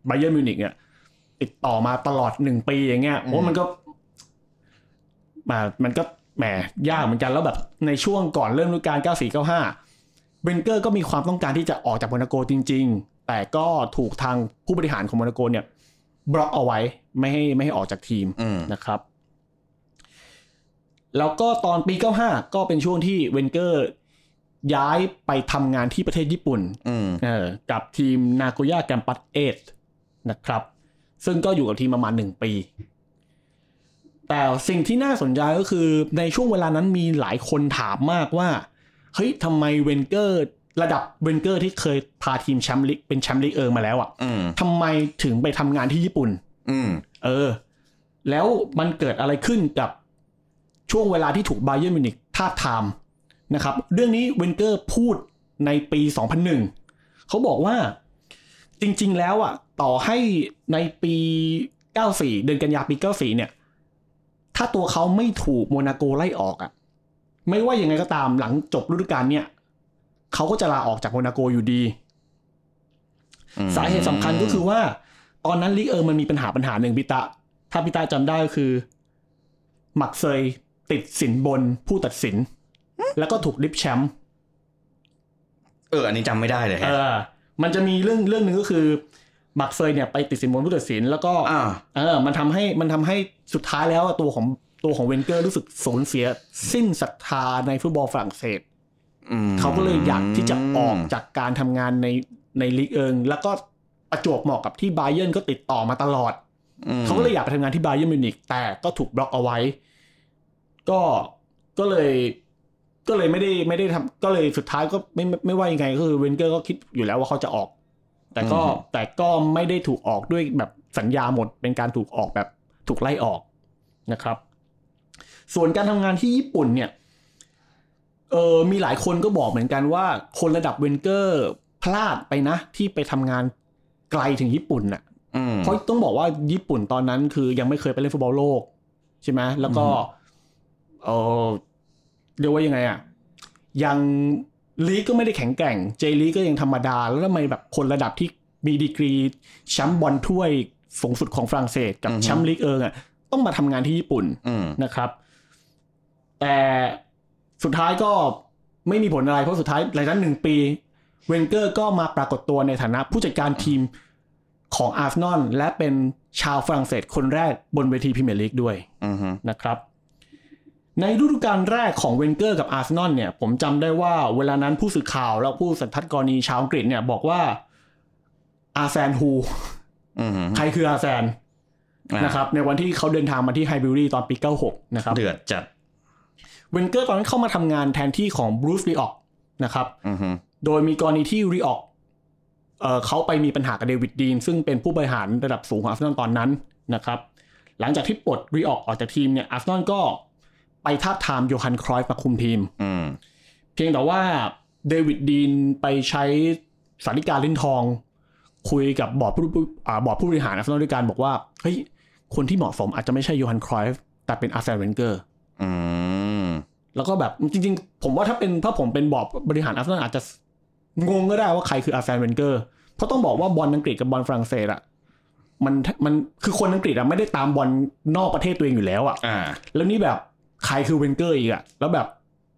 ไบเยอร์มิวนิกเนี่ยติดต่อมาตลอดหนึ่งปีอย่างเงี้ยโอ้มันก็มามันก็แหมยากเหมือนกันแล้วแบบในช่วงก่อนเริ่มฤดูกาล94-95เบนเกอร์ก็มีความต้องการที่จะออกจากโมนาโกจริง ๆ แต่ก็ถูกทางผู้บริหารของโมนาโกเนี่ย บล็อกเอาไว้ไม่ให้ไม่ให้ออกจากทีม
อืม
นะครับ แล้วก็ตอนปี 95 ก็เป็นช่วงที่เวนเกอร์ย้ายไปทำงานที่ประเทศญี่ปุ่น
อืม
เออกับทีมนาโกย่าแกมปัสเอทนะครับ ซึ่งก็อยู่กับทีมประมาณ 1 ปี แต่สิ่งที่น่าสนใจก็คือในช่วงเวลานั้นมีหลายคนถามมากว่า เฮ้ยทำไมเวนเกอร์ระดับเวนเกอร์ที่เคยพาทีมแชมป์ลีกเป็นแชมป์ลีกเออมาแล้วอะ่ะ
อืม
ทำไมถึงไปทำงานที่ญี่ปุ่น
อืม
เออ แล้วมันเกิดอะไรขึ้นกับช่วงเวลาที่ถูกไบเยอร์มิวนิกทาบทามนะครับ เรื่องนี้เวนเกอร์พูดในปี 2001 เขาบอกว่าจริงๆแล้วอ่ะ ต่อให้ในปี 94 เดือนกันยาปี 94 เนี่ย ถ้าตัวเขาไม่ถูกโมนาโกไล่ออกอ่ะ ไม่ว่ายังไงก็ตามหลังจบฤดูกาลเนี่ยเขาก็จะลาออกจากโมนาโกอยู่ดี
อืม
สาเหตุสำคัญก็คือว่า ตอนนั้นลีกเออมันมีปัญหาปัญหาหนึ่งพิตะ ถ้าพิตะจำได้ก็คือ หมักเซยติดสินบนผู้ตัดสิน แล้วก็ถูกลิฟแชมป์
เออ อันนี้จำไม่ได้เลย
เอ
ฮะ
อ มันจะมีเรื่องเรื่องหนึ่งก็คือหมักเซยเนี่ยไปติดสินบนผู้ตัดสิน แล้วก็
อ่า
เออ มันทำให้มันทำให้สุดท้ายแล้วอะตัวของตัวของเวนเกอร์รู้สึกสูญเสีย สิ้นศรัทธาในฟุตบอลฝรั่งเศส
อืม
เขาก็เลยอยากที่จะออกจากการทำงานในในลีกเอิงแล้วก็ประจวบเหมาะกับที่ไบเยนก็ติดต่อมาตลอด
อืม
เขาก็เลยอยากไปทำงานที่ไบาเยอร์นมิวนิกแต่ก็ถูกบล็อกเอาไว้ ก็ก็เลยก็เลยไม่ได้ไม่ได้ทำก็เลยสุดท้ายก็ไม่ไม่ไม่ว่ายังไงก็คือเวนเกอร์ก็คิดอยู่แล้วว่าเขาจะออก แต่ก็แต่ก็ไม่ได้ถูกออกด้วยแบบสัญญาหมดเป็นการถูกออกแบบถูกไล่ออกนะครับ ส่วนการทำงานที่ญี่ปุ่นเนี่ยเออมีหลายคนก็บอกเหมือนกันว่า คนระดับเวนเกอร์พลาดไปนะ ที่ไปทำงานไกลถึงญี่ปุ่นน่ะ
อืม
เพราะต้องบอกว่าญี่ปุ่นตอนนั้นคือยังไม่เคยไปเล่นฟุตบอลโลก ใช่ไหมแล้วก็เออเรียกว่ายังไงอ่ะ ยังลีกก็ไม่ได้แข็งแกร่ง เจลีกก็ยังธรรมดา แล้วทำไมแบบคนระดับที่มีดีกรีแชมป์บอลถ้วยสูงสุดของฝรั่งเศสกับ
อือฮึ
แชมป์ลีกเอิงอ่ะต้องมาทำงานที่ญี่ปุ่น
อืม
นะครับ แต่สุดท้ายก็ไม่มีผลอะไร เพราะสุดท้ายหลังจากหนึ่งปี เวนเกอร์ก็มาปรากฏตัวในฐานะผู้จัดการทีมของอาร์เซนอลและเป็นชาวฝรั่งเศสคนแรกบนเวทีพรีเมียร์ลีกด้วย
อืมฮึ
นะครับ ในฤดูกาลแรกของเวนเกอร์กับอาร์เซนอลเนี่ย ผมจำได้ว่าเวลานั้นผู้สื่อข่าวและผู้สันทัดกรณีชาวอังกฤษเนี่ยบอกว่าอาร์แซนฮู
อืมฮึ
ใครคืออาร์แซนนะครับ ในวันที่เขาเดินทางมาที่ไฮบิวรีตอนปี 96 นะครับ
เดือดจัด
เวนเกอร์ตอนนั้นเข้ามาทำงานแทนที่ของบรูซรีออกนะครับ
อืมฮึ
โดยมีกรณีที่รีออกเอ่อเขาไปมีปัญหากับเดวิดดีน ซึ่งเป็นผู้บริหารระดับสูงของอาร์เซนอลตอนนั้นนะครับ หลังจากที่ปลดรีออกออกจากทีมเนี่ยอาร์เซนอลก็ไปทาบทามโยฮันครอยฟ์มาคุมทีม
อืม
เพียงแต่ว่าเดวิดดีนไปใช้สาริการลิ้นทอง คุยกับบอร์ดผู้อ่าบอร์ดผู้บริหารอาร์เซนอลด้วยกันบอกว่าเฮ้ยคนที่เหมาะสมอาจจะไม่ใช่โยฮันครอยฟ์แต่เป็นอาร์เซนเวนเกอร์
อืม
แล้วก็แบบจริงๆ ผมว่าถ้าเป็นถ้าผมเป็นบอร์ดบริหารอาร์เซนอลอาจจะงงก็ได้ว่าใครคืออาร์แซนเวนเกอร์เพราะต้องบอกว่าบอลอังกฤษกับบอลฝรั่งเศสอะมันมันคือคนอังกฤษอะไม่ได้ตามบอลนอกประเทศตัวเองอยู่แล้วอะ
อ่า
แล้วนี่แบบใครคือเวนเกอร์อีกอะแล้วแบบ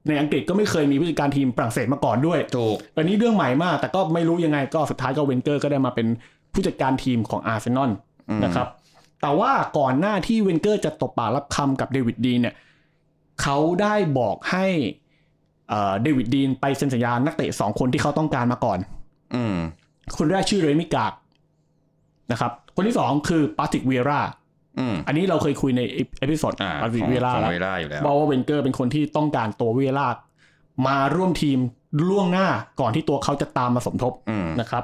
ในอังกฤษก็ไม่เคยมีผู้จัดการทีมฝรั่งเศสมาก่อนด้วย
ถูก
อันนี้เรื่องใหม่มาก แต่ก็ไม่รู้ยังไงก็สุดท้ายก็เวนเกอร์ก็ได้มาเป็นผู้จัดการทีมของอาร์เซนอล
อืม
นะครับ แต่ว่าก่อนหน้าที่เวนเกอร์จะตบปากรับคำกับเดวิดดีนเนี่ยเขาได้บอกให้เอ่อเดวิดดีนไปเซ็นสัญญานักเตะสองคนที่เขาต้องการมาก่อน
อืม
คนแรกชื่อเรมิกากนะครับ คนที่สองคือปาติกเวียร่า
อืม
อันนี้เราเคยคุยในเอเอพิโซด
อ่า
ปาติ
ข
ก
อง
เวียร่า
ของ
แล้ว
เวลาอยู่แล้ว
บอกว่าเวนเกอร์เป็นคนที่ต้องการตัวเวียร่ามาร่วมทีมล่วงหน้าก่อนที่ตัวเขาจะตามมาสมทบ
อืม
นะครับ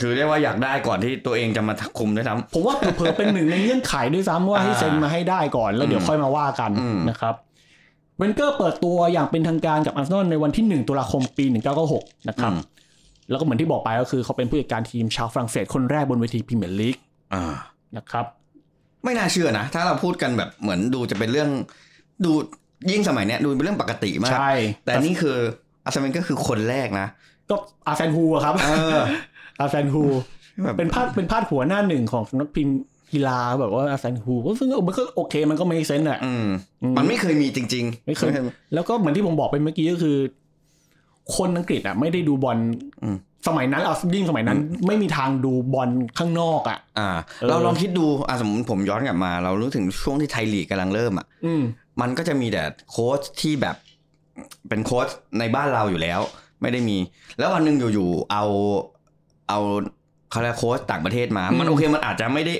คือเรียกว่าอยากได้ก่อนที่ตัวเองจะมาคุมด้วยซ้
ผมว่าเผลอๆเป็นหนึ่งในเงื่อนไขด้วยซ้ำว่า
อ่า
ให้เซ็นมาให้ได้ก่อนแล้วเดี๋ยวค่อยมาว่ากัน
อืม
นะครับเวนเกอร์เปิดตัวอย่างเป็นทางการกับอาร์เซนอลในวันที่ 1 ตุลาคมปี 1996 นะ
ำ
ครับ
อืม
แล้วก็เหมือนที่บอกไปก็คือเขาเป็นผู้จัดการทีมชาวฝรั่งเศสคนแรกบนเวทีพรีเมียร์ลีก
อ่า
นะครับ
ไม่น่าเชื่อนะ ถ้าเราพูดกันแบบเหมือนดูจะเป็นเรื่อง ดูยิ่งสมัยเนี้ยดูเป็นเรื่องปกติมาก
ใช่
แต่นี่คืออาร์เซนอลก็คือคนแรกนะ
ก็อาร์เซนฮูอะครับ
เออ
อาร์เซนฮู
แบบ
เป็นพาดเป็นพาดหัวหน้าหนึ่งของสำนักพิมพ์กีฬาแบบว่าอาซันฮูก็ซึ่งมันก็โอเคมันก็ไม่เซนแหละ
อืม
อืม
มันไม่เคยมีจริง ๆ
ไม่เคย แล้วก็เหมือนที่ผมบอกไปเมื่อกี้ก็คือ คนอังกฤษอ่ะ ไม่ได้ดูบอล
อืม
สมัยนั้นเอายิ่งสมัยนั้น ไม่มีทางดูบอลข้างนอกอ่ะ
อ่า
เออ
เราลองคิดดูอ่ะสมมติผมย้อนกลับมา เรารู้ถึงช่วงที่ไทยลีกกำลังเริ่มอ่ะ
อืม
มันก็จะมีแต่โค้ชที่แบบเป็นโค้ชในบ้านเราอยู่แล้ว ไม่ได้มี แล้ววันหนึ่งอยู่ๆเอาเอาเขาเรียกโค้ชต่างประเทศมา
อืม
มันโอเคมันอาจจะไม่ได้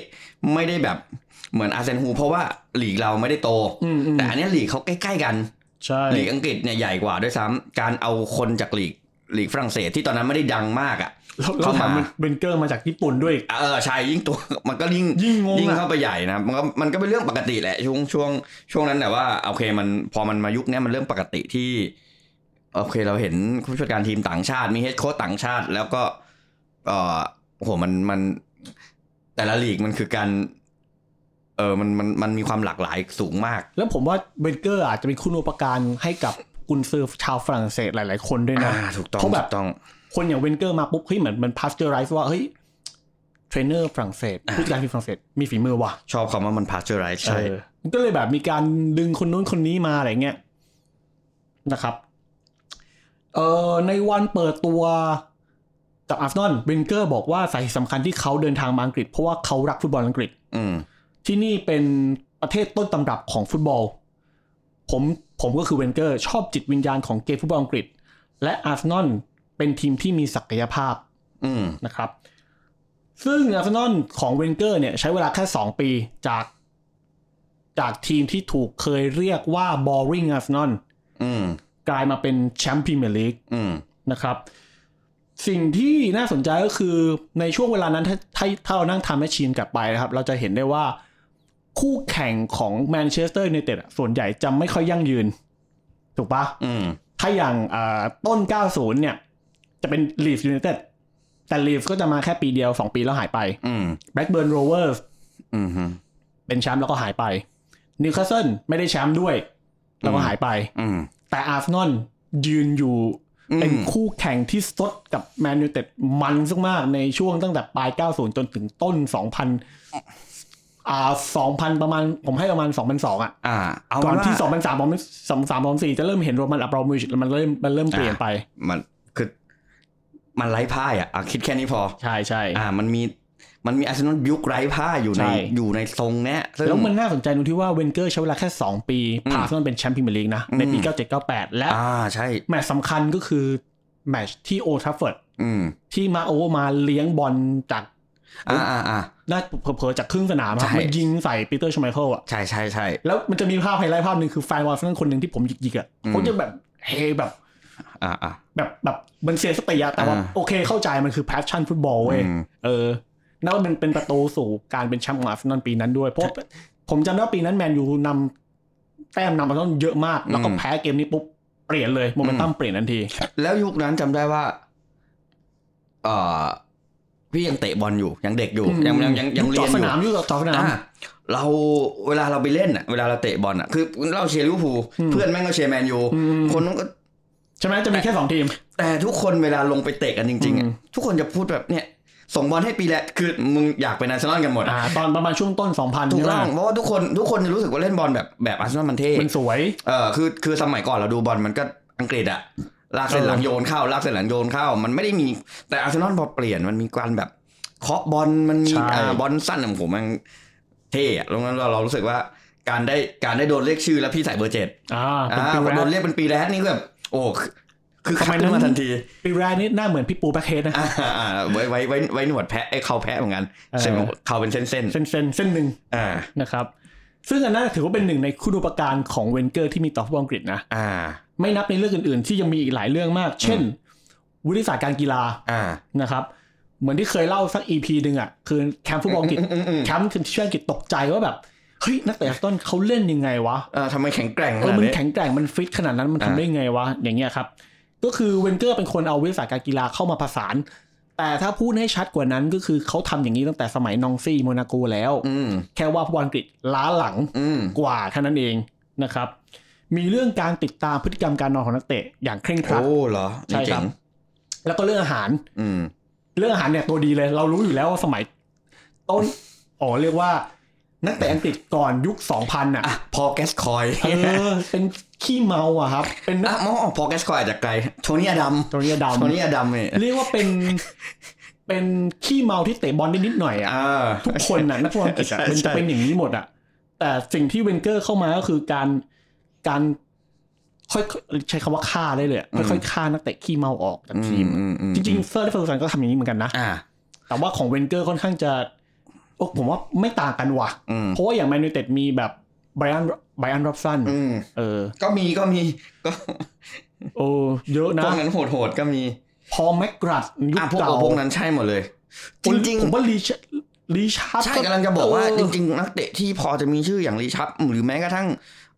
ไม่ได้แบบเหมือนอาร์เซนฮูเพราะว่าหลีกเราไม่ได้โต
อืมอืม
แต่อันเนี้ยหลีกเขาใกล้ๆกัน
ใช่
หลีกอังกฤษเนี่ยใหญ่กว่าด้วยซ้ำการเอาคนจากหลีกหลีกฝรั่งเศสที่ตอนนั้นไม่ได้ดังมากอ่ะ
แล้ว
เข้า
เรา
มา
ทำเบนเกอร์มาจากญี่ปุ่นด้วย
เออใช่ยิ่งตัวมันก็ยิ่ง
ยิ่งงง
ยิ่ง
อะ
เข้าไปใหญ่นะครับมันก็มันก็เป็นเรื่องปกติแหละช่วงช่วงช่วงนั้นแต่ว่าโอเคมันพอมันมายุคเนี้ยมันเริ่มปกติที่ โอเคเราเห็นผู้ช่วยการทีมต่างชาติมีเฮดโค้ชต่างชาติ แล้วก็เออโอ้โหมันมันแต่ละลีกมันคือการ เออมันมันมันมีความหลากหลายสูงมาก
แล้วผมว่าเบนเกอร์อาจจะเป็นคุณูปการให้กับกุนซือชาวฝรั่งเศสหลาย ๆ คนด้วยนะ
อ่า ถูกต้อง
เพราะแบบ
ถูกต้อง
คนอย่างเวนเกอร์มาปุ๊บเฮ้ยเหมือนมันพาสเจอร์ไรส์ว่าเฮ้ยเทรนเนอร์ฝรั่งเศสผู้จัดการทีมฝรั่งเศสมีฝีมือว่ะ
ชอบคำว่ามันพาสเจอร์ไรใช่
เออมันก็เลยแบบมีการดึงคนนู้นคนนี้มาอะไรเงี้ยนะครับเอ่อในวันเปิดตัวกับอาร์เซนอลเวนเกอร์บอกว่าสาเหตุสำคัญที่เขาเดินทางมาอังกฤษ เพราะว่าเขารักฟุตบอลอังกฤษ
อืม
ที่นี่เป็นประเทศต้นตำรับของฟุตบอล ผมผมก็คือเวนเกอร์ ชอบจิตวิญญาณของเกมฟุตบอลอังกฤษ และอาร์เซนอลเป็นทีมที่มีศักยภาพ
อืม
นะครับ ซึ่งอาร์เซนอลของเวนเกอร์เนี่ยใช้เวลาแค่ 2 ปีจากจากทีมที่ถูกเคยเรียกว่า boring Arsenal
อืม
กลายมาเป็นแชมป์พรีเมียร์ลีก
อืม
นะครับ สิ่งที่น่าสนใจก็คือในช่วงเวลานั้นถ้าถ้าถ้าเรานั่งทำแมชชีนกลับไปนะครับ เราจะเห็นได้ว่าคู่แข่งของแมนเชสเตอร์ในเต็ดส่วนใหญ่จะไม่ค่อยยั่งยืน ถูกปะ
อืม
ถ้าอย่างอ่าต้น 90 เนี่ย จะเป็นลีฟยู n นเต็ดแต่ลีฟก็จะมาแค่ปีเดียว 2 ปีแล้วหายไป
อืม
แบล็กเบิร์นโรเวอร์ส
อืม อืม
เป็นแชมป์แล้วก็หายไปนิวคาสเซิลไม่ได้แชมป์ด้วย แล้วก็หายไป
อืม
แต่อาร์ n นอลยืนอยู่
อืม
เป็นคู่แข่งที่สดกับแมนยูเต็ดมันสักมากในช่วงตั้งแต่ปลาย 90 จนถึงต้น 2000อ่า2000 ประมาณ ผมให้ประมาณ 2002 อ่ะ
อ่า เอา
ก่อนที่
ว่า
2003 2003 2004 จะเริ่มเห็นโรมันอับราโมวิชมันเริ่มมันเริ่มเปลี่ยนไป
มันคือมันไร้พ่ายอ่ะอ่ะคิดแค่นี้พอ
ใช่ใช่
อ่า มันมีมันมีอาร์เซนอลยุคไร้พ่ายอยู่ใน
ใช่
อยู่ในทรงเนี้ยซึ่ง
แล้วมันน่าสนใจตรงที่ว่าเวนเกอร์ใช้เวลาแค่ 2 ปี
อืม
พาสมันเป็นแชมป์พรีเมียร์ลีกนะ ในปี
อืม
97-98 และ
อ่าใช่
แมตช์สำคัญก็คือแมตช์ที่โอทัฟเฟิร์ด
อืม
ที่มาโอเวอร์มาเลี้ยงบอลจาก
อ่าอ่าอ่า
น่าเผลอๆจากครึ่งสนามครับ
ใช่
มันยิงใส่ปีเตอร์ชไมเคิลอ่ะ
ใช่ใช่ใช่
แล้วมันจะมีภาพไฮไลท์ภาพหนึ่งคือแฟนวอลนั่นคนหนึ่งที่ผมหยิกๆอ่ะ
อืม
เขาจะแบบเฮแบบ
อ่าอ่า
แบบแบบมันเสียสติอะแต่ว่า
อ่า
โอเคเข้าใจมันคือแพชชั่นฟุตบอลเว้ย
อืม
เออนั่นมันเป็นเป็นประตูสู่การเป็นแชมป์ของอาร์เซนอลปีนั้นด้วย เพราะผมจำได้ว่าปีนั้นแมนยูนำแต้มนำอาร์เซนอลเยอะมาก แล้วก็แพ้เกมนี้ปุ๊บเปลี่ยนเลยโมเมนตัมเปลี่ยนทันที
แล้วยุคนั้นจำได้ว่าเอ่อพี่ยังเตะบอลอยู่ ยังเด็กอยู่
อืม
ยังยังยังยังเรียน
ส
อยู่
นามอยู่ต่อสนาม
อ่าเราเวลาเราไปเล่นอ่ะ เวลาเราเตะบอลอ่ะคือเราเชียร์ลิเวอร์พูล
อืม
เพื่อนแม่งก็เชียร์แมนยู
อืม
คนนู้นก็
ใช่ไหมจะมีแค่สองทีม
แต่ทุกคนเวลาลงไปเตะกันจริงๆอะ
อืม
ทุกคนจะพูดแบบเนี่ย ส่งบอลให้ปีแหละคือมึงอยากเป็นอาร์เซนอลกันหมด
อ่า ตอนประมาณช่วงต้นสองพัน
ถูก
ใช่ไหม
ต้องเพราะว่าทุกคนทุกคนจะรู้สึกว่าเล่นบอลแบบแบบอาร์เซนอลมันเท่
มันสวย
เออคือคือสมัยก่อนเราดูบอลมันก็อังกฤษอะลากเส้นหลังโยนเข้าลากเส้นหลังโยนเข้า มันไม่ได้มีแต่อาร์เซนอลพอเปลี่ยนมันมีการแบบเคาะบอลมันมี
ใช่
อ่าบอลสั้นของผมมันเท่อะดังนั้นเราเรารู้สึกว่าการได้การได้โดนเรียกชื่อแล้วพี่ใส่เบอร์เจ็ด
อ่า
อ่
เป็นปี
า
แร
โด
ก
นเรียกเป็นปีแรกนี่ก็แบบโอ้คือคือ
ทำ
ขับ
ไม
ขึ้น
นั้
มาน ทันที
ปีแรกนี่หน้าเหมือนพี่ปูแบ็คเฮดนะ
อ่าอ่าไว้ไว้ไว้ไว้หนวดแพะไอ้เขาแพะเหมือนกัน
เออ
เส้นเขาเป็นเส้นเส้น
เส้นเส้นเส้นหนึ่ง
ๆอ่า
นะครับ ซึ่งอันนั้นถือว่าเป็นหนึ่งในคุณูปการของเวนเกอร์ที่มีต่อฟุตบอลอังกฤษนะ
อ่า
ไม่นับในเรื่องอื่นๆ ที่ยังมีอีกหลายเรื่องมาก เช่น วิทยาศาสตร์การกีฬา
อ่า
นะครับ เหมือนที่เคยเล่าสัก EP หนึ่งอ่ะ คือแคมป์ฟุตบอลอั
[laughs]
งกฤษ
อืมอืม
แคมป์ทีมชาติอังกฤษตกใจว่าแบบ เฮ้ย นักเตะอาร์เซนอลเขาเล่นยังไงวะ
เออทำไมแข็งแกร่งข
เออ
นาด
มัน
นี้
แข็งแกร่งมันฟิตขนาดนั้นมันทำ
อ่า
ได้ไงวะ อย่างเงี้ยครับ ก็คือเวนเกอร์เป็นคนเอาวิทยาศาสตร์การกีฬาเข้ามาผสาน แต่ถ้าพูดให้ชัดกว่านั้นก็คือเขาทำอย่างนี้ตั้งแต่สมัยนองซี่โมนาโกแล้ว
อืม
แค่ว่าฟุตบอลอังกฤษล้าหลัง
อืม
กว่าแค่นั้นเองนะครับ มีเรื่องการติดตามพฤติกรรมการนอนของนักเตะอย่างเคร่งครัด
โอ้เหรอ
ใช่
นี่
ค
เจ๋
รับ
ง
แล้วก็เรื่องอาหาร
อืม
เรื่องอาหารเนี่ยตัวดีเลย เรารู้อยู่แล้วว่าสมัย ต้นอ๋อเรียกว่า นักเตะอังกฤษก่อนยุคสองพันอ่ะ
อ่ะพอแกสคอย
เออ เป็นขี้เมาอ่ะครับ เป็นนั
อ่ะ
ก
มองออกพอแกสคอยอาจจะไกลโทนี่อดัม
โทนี่อดัม
โทนี่อดัมเนี่ย
เรียกว่าเป็น เป็นขี้เมาที่เตะบอลได้นิดหน่อยอ่ะ
เออ
ทุกคนน่ะนักฟุตบอลอังกฤษอะ
ใช่
มัน
ใช่
จะเป็นอย่างนี้หมดอ่ะ แต่สิ่งที่เวนเกอร์เข้ามาก็คือการการค่อยใช้คำว่าฆ่าได้เลยอะค่อยๆฆ่านักเตะขี้เมาออกจากทีม
อือืม
จริงๆเซอร์เล็กเฟอร์กูสันก็ทำอย่างนี้เหมือนกันนะ
อ่า
แต่ว่าของเวนเกอร์ค่อนข้างจะโอ้ผมว่าไม่ต่างกันว่ะ
อืม
เพราะว่าอย่างแมนยูเต็ดมีแบบไบรอันไบรอันรับสัน
อืม
เออ
ก็มีก็มีก็
โอ้เยอะ
พ
นะ
วกนั้นโหดๆก็มี
พอแม็กกรัดยุ
อ่ะ
ค
พวก
เก่า
พวกนั้นใช่หมดเลย จริง
ผมว่าลีชลีชาร์ด
ๆใช่กำลังจะบอกว่า
เ
จริง ๆ นักเตะที่พอจะมีชื่ออย่างริชับหรือแม้กระทั่ง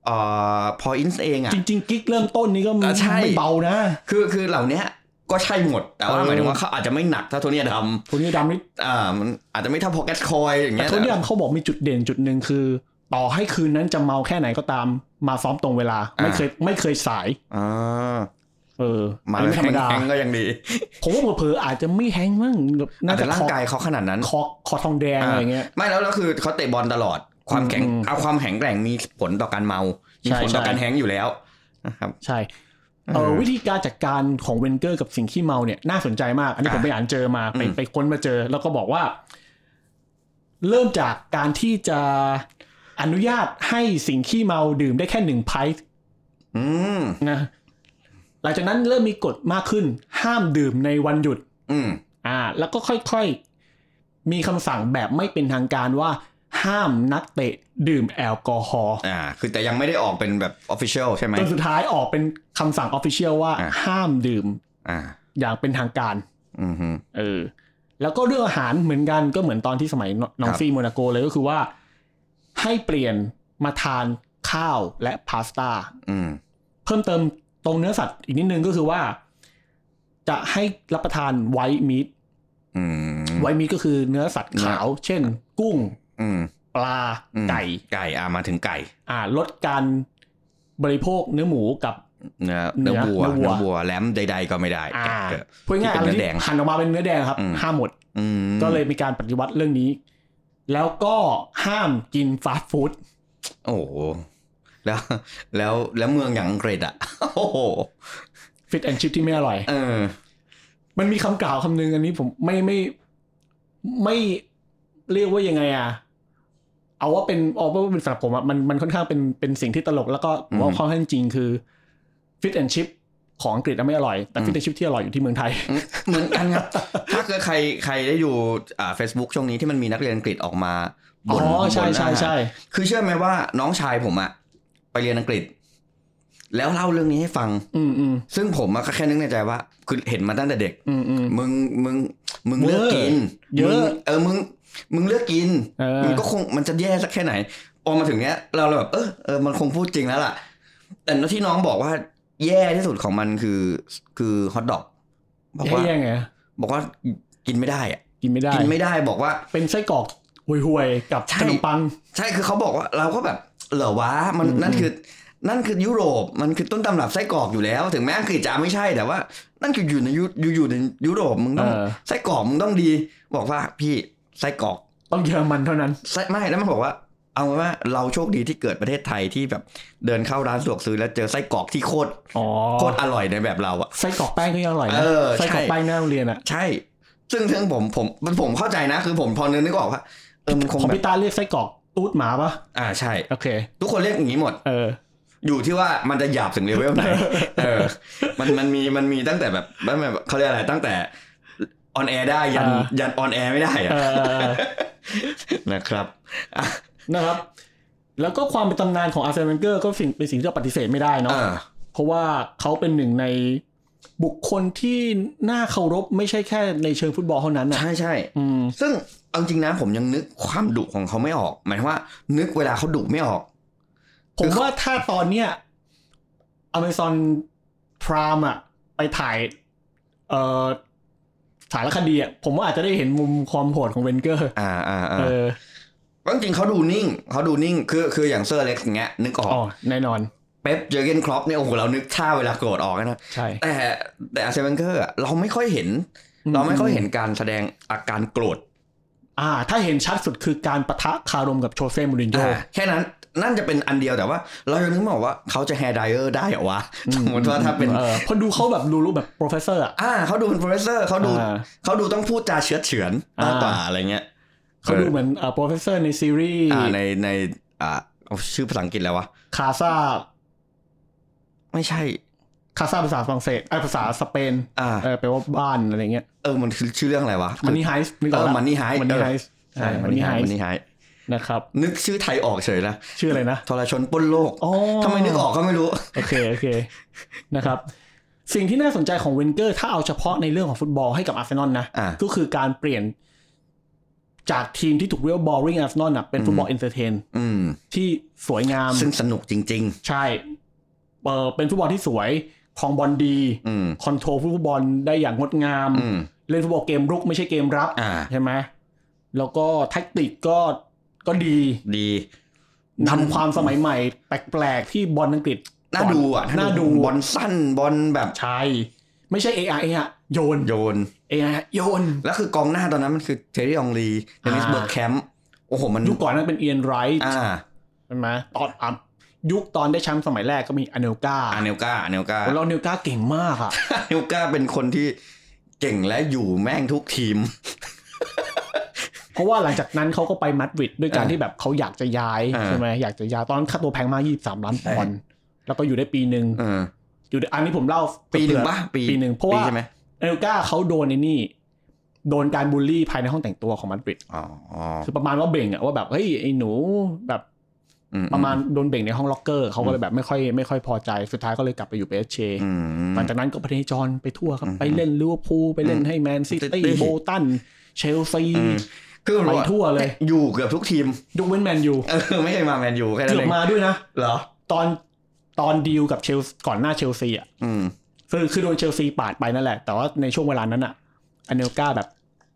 เอ่อพออินส์เองอ่ะ
จริง ๆ กิ๊กเริ่มต้นนี้ก็ไม
อ่ะใช่
ไม่เบานะ
คือคือเหล่าเนี้ยก็ใช่หมด แต่ว่า
เออ
หมายถึงว่าเขาอาจจะไม่หนักถ้าโทนี่อดัม
คนนี้ดำนี่
อ่ามันอาจจะไม่เท่าพอแกสคอยอย่าง
แต่
เงี้ย
โทนี่ดำเขาบอกมีจุดเด่นจุดหนึ่งคือ ต่อให้คืนนั้นจะเมาแค่ไหนก็ตาม มาซ้อมตรงเวลา ไม่เคยไม่เคยสาย
อ่า
เออ
มา
อันนี้
แล้ว
ไม่ธรรมดา
แฮงๆก็ยังดี
ผมว่าเผลอๆอาจจะไม่แฮงก์มั้งน่า
แต่
จะ
ร่า
ค
ง
อ
กายเขาขนาดนั้น
คอคอทองแดง
อ่า
อะไรเงี้ย
ไม่แล้วแล้วคือเขาเตะบอลตลอด ความแข็ง
อืม
เอาความแข็งแกร่งมีผลต่อการเมา มี
ใช่
ผลต่อ
ใช่
การแฮงก์อยู่แล้วนะครับ
ใช่เออวิธีการจัดการของเวนเกอร์กับสิ่งขี้เมาเนี่ยน่าสนใจมาก อันนี้
อ่ะ
ผมไปอ่านเจอมาไป
อืม
ไปค้นมาเจอ แล้วก็บอกว่า เริ่มจากการที่จะอนุญาตให้สิ่งขี้เมาดื่มได้แค่หนึ่งไพร์
อืม
นะหลังจากนั้นเริ่มมีกฎมากขึ้น ห้ามดื่มในวันหยุด
อืม
อ่า แล้วก็ค่อยๆ มีคำสั่งแบบไม่เป็นทางการว่า ห้ามนักเตะดื่มแอลกอฮอล์
อ่า คือแต่ยังไม่ได้ออกเป็นแบบออฟฟิเชียลใช่ไหม
จนสุดท้ายออกเป็นคำสั่งออฟฟิเชียลว่า
อ่ะ
ห้ามดื่ม
อ่า
อย่างเป็นทางการ
อืมฮึ
เออ แล้วก็เรื่องอาหารเหมือนกันก็เหมือนตอนที่สมัยนน้อง
ครับ
ซีโมนาโกเลยก็คือว่า ให้เปลี่ยนมาทานข้าวและพาสต้า
อืม
เพิ่มเติมตรงเนื้อสัตว์อีกนิดนึงก็คือว่า จะให้รับประทานไวท์มีท
อืม
ไวท์มีทก็คือเนื้อสัตว์ขาว เช่น กุ้ง
อืม
ปลา
อืม
ไก่
ไก่อ่ามาถึงไก่
อ่าลดการบริโภคเนื้อหมูกับ
เนื้อเนื้อ
เ
วัว
นื้อเนื้
เนื้
อวัว
อวัวแหลมใด ๆ ก็ไม่ได้
อ่า
เออ
พูดง่ายๆอะไร
ที่เป็นเนื้อแด
ที่
ง
หั่นออกมาเป็นเนื้อแดงครับ
อืม
ห้ามหมด
อืม
ก็เลยมีการปฏิวัติเรื่องนี้ แล้วก็ห้ามกินฟาสต์ฟู้ด
โอ้โหแล้วแล้วแล้วเมืองอย่างอังกฤษอ่ะ [laughs] โอ้โห
ฟิตแอนชิพที่ไม่อร่อย
เออ
มันมีคำกล่าวคำหนึงอันนี้ผมไม่ไม่ไม่เรียกว่ายังไงอ่ะ เอาว่าเป็นเอาว่าเป็นสำหรับผมอ่ะมันมันค่อนข้างเป็นเป็นสิ่งที่ตลก แล้วก็ผมว่า
อืม
ค่อนข้างจริงคือฟิตแอนชิพของอังกฤษอะไม่อร่อย แต่ฟิตแอนชิพที่อร่อยอยู่ที่เมืองไทย
เหมือนกันครับ [laughs] ถ้าเกิดใครใครได้ดูอ่า Facebook ช่วงนี้ที่มันมีนักเรียนอังกฤษออกมา
อ๋
บ่
อนใช่
บ่น
ใช่
อาหาร
ใช่
คือเชื่อไหมว่าน้องชายผมอะไปเรียนอังกฤษ แล้วเล่าเรื่องนี้ให้ฟัง
อืมอืม
ซึ่งผมอะก็แค่นึกในใจว่า คือเห็นมาตั้งแต่เด็ก
อืมอืม
มึงมึงมึงเลือกกิน
เยอะ
มึงเออมึงมึงเลือกกิน
เออ
มันก็คงมันจะแย่สักแค่ไหนพอมาถึงเนี้ย เราเราแบบเออเออมันคงพูดจริงแล้วล่ะ แต่ที่น้องบอกว่าแย่ที่สุดของมันคือคือฮอทดอกบอกว่า
แย่ๆไงอะ
บอกว่ากินไม่ได้อะ
กินไม่ได้
กินไม่ได้บอกว่า
เป็นไส้กรอกห่วยๆกับ
ใช่
ขนมปัง
ใช่คือเขาบอกว่าเราก็แบบเหรอวะมัน
อืม
นั่นคือ นั่นคือยุโรปมันคือต้นตำรับไส้กรอกอยู่แล้ว ถึงแม้อังกฤษจะไม่ใช่แต่ว่า นั่นคืออยู่ในยุอยู่อยู่ในยุโรปมึง
เอ
ต้อง
อ
ไส้กรอกมึงต้องดี บอกว่าพี่ไส้กรอก
ต้องเยอรมันเท่านั้น
ไส้ไม่แล้วมันบอกว่า เอาเป็นว่าเราโชคดีที่เกิดประเทศไทยที่แบบเดินเข้าร้านสะดวกซื้อแล้วเจอไส้กรอกที่โคตร
อ๋อ
โคตรอร่อยในแบบเราอะ
ไส้กรอกแป้งก็ยังอร่อยนะ
เออใช่
ไส้กรอกแป้งหน้าโรงเรียนอ่ะ
ใช่ ซึ่งทั้งผมผมมันผมเข้าใจนะ คือผมพอนึกนึกออกว่าเออมันคง
ของ
แบบ
พี่ตาเรียกไส้กรอกตูดหมาปะ
อ่าใช่
โอเค
ทุกคนเรียกอย่างนี้หมด
เออ
อยู่ที่ว่ามันจะหยาบถึงเลเวลไหน [laughs] เออ มันมันมีมันมีตั้งแต่แบบมันแบบเขาเรียกอะไรตั้งแต่ออนแอร์ได้ยัน
อ่า
ยันออนแอร์ไม่ได้อะ
เอ
[laughs]
อ
นะครับอ่ะ
นะครับ แล้วก็ความเป็นตำนานของอาร์เซนเวนเกอร์ก็สิ่งเป็นสิ่งที่เราปฏิเสธไม่ได้เนาะ
เออ
เพราะว่าเขาเป็นหนึ่งในบุคคลที่น่าเคารพไม่ใช่แค่ในเชิงฟุตบอลเท่านั้นนะ
ใช่ใช่
อืม
ซึ่งเอาจริงนะผมยังนึกความดุของเขาไม่ออก หมายถึงว่า นึกเวลาเขาดุไม่ออก
ผมว่าถ้าตอนเนี้ยอเมซอนพรามอะไปถ่าย เอ่อสารคดีอะผมว่าอาจจะได้เห็นมุมความโหดของเวนเกอร์
อ่าอ่าอ่า
เออ
เพราะจริงๆเขาดูนิ่งเขาดูนิ่งคือคืออย่างเซอร์เล็กซ์อย่างเงี้ยนึกออก
อ๋อแน่นอน
เป๊ปเจอร์เกนครอปเนี่ยโอ้โหเรานึกท่าเวลาโกรธออกนะ
ใช่
แต่แต่อาร์เซนเวนเกอร์อะเราไม่ค่อยเห็น เราไม่ค่อยเห็นการแสดงอาการโกรธ
อ่า ถ้าเห็นชัดสุดคือการปะทะคารมกับโชเฟ่มูรินโญ่
อ่าแค่นั้นนั่นจะเป็นอันเดียวแต่ว่า เรายังนึกไม่ออกว่าเขาจะแฮร์ไดเออร์ได้เหรอวะสมมติว่าถ้าเป็น
เออคนดูเขาแบบดูรู้แบบโปรเฟสเซอร์อ่ะ
อ่าเขาดูเป็น professor เขาดู
อ่า
เขาดูต้องพูดจาเชื้อดเฉือนมากกว่า
อ่า
อะไรเงี้ย
เขาดูเหมือนโปรเฟสเซอร์ในซีรีส์
อ่าในในอ่าเอาชื่อภาษาอังกฤษแล้ววะ
คาซา
ไม่ใช่
คาซาภาษาฝรั่งเศสไอยภาษาสเปน
อ่า
เออแปลว่าบ้านอะไรเงี้ย
เออมันคือชื่อเรื่องอะไรวะ
มันนี่ไฮส์
เออ Money
ไฮ
Heist
มันนี่ไฮ
เออ
ส์
ใช่
มั
มัน น
นี่
นี่
ไฮ
หายมัน
ส์
นี่หาย
นะครับ
นึกชื่อไทยออกเฉยนะ
ชื่ออะไรนะ
ทรชนปล้นโลก
อ๋อ
ทำไมนึกออกก็ไม่รู้
โอเค โอเค นะครับ สิ่งที่น่าสนใจของเวนเกอร์ ถ้าเอาเฉพาะในเรื่องของฟุตบอลให้กับอาร์เซนอลนะ
อ่า
ก็คือการเปลี่ยนจากทีมที่ถูกเรียกบอ r ริ n งอาร์เซนอลน่ะเป็นฟุตบอล
อืม
เอนเตอร์เทน
อืม
ที่สวยงาม
ซึ่งสนุกจริง
ใช่เออเป็นฟุตบอลที่สวยครองบอลดี
ๆ อืม
คอนโทรลฟุตบอลได้อย่างงดงาม
อืม
เล่นฟุตบอลเกมรุกไม่ใช่เกมรับ
อ่า
ใช่ไหมแล้วก็แท็กติกก็ก็ดี
ดี
นำความสมัยใหม่ แปลกๆที่บอลอังกฤษ
น่าดูอ่ะ
น่าดู
บอลสั้นบอลแบบ
ใช่ไม่ใช่ AI อะโยน
โยน
AI อะโยน
แล้วคือกองหน้าตอนนั้นมันคือเทอรี่องลีเดนิส
อ่า
เบิร์กแคมป์โอ้โหมัน
ยุคก่อนนั้นเป็นเอียนไรท์
อ่า
ใช่ไหมตอนอัพยุคตอนได้แชมป์สมัยแรกก็มีอเนลกา
อาเนลกาอาเนลกา
โอ้เราเนลกาเก่งมาก
[laughs]
อะ
นิวก้าเป็นคนที่เก่งและอยู่แม่งทุกทีม
เพราะว่าหลังจากนั้นเขาก็ไปมาดริดด้วยการ
อ่า
ที่แบบเขาอยากจะย้าย
อ่า
ใช่ไหมอยากจะย้ายตอนนั้นค่าตัวแพงมากยี่สามล้านปอนด์แล้วก็อยู่ได้ปีหนึ่ง
เออ
อยู่ได้อันนี้ผมเล่า
ปีหนึ่งปะ
ปีปีหนึ่งเพราะว่า
ใช่ไหม
อเนลกาเขาโดนในนี่ โดนการบูลลี่ภายในห้องแต่งตัวของมาดริด
อ๋อ
คือประมาณว่าเบ่งอะว่าแบบเฮ้ยไอ้หนูแบบ
อื
ประมาณโดนเบ่งในห้องล็อกเกอร์เขาก็เลยแบบไม่ค่อยไม่ค่อยพอใจสุดท้ายก็เลยกลับไปอยู่เ s สเช
อืม
หลังจากนั้นก็พเนจรไปทั่วครับ
อืม
ไปเล่นลิเวอร์พูลไปเล่นให้แมนซิตี้
City
โบลตัน เชลซี
อืม คือ
ไปทั่วเลย
อยู่เกือบทุกทีม
ยกเว้นแมนยู
เออไม่เคยมาแมนยูแค่นั้น
เกือ
เอบ ง
มาด้วยนะ
เหรอ
ตอนตอนดีลกับเชลซีก่อนหน้าเชลซีอ่ะ
อืม
คือคือโดนเชลซีปาดไปนั่นแหละ แต่ว่าในช่วงเวลานั้นอ่ะอันเนลกาแบบ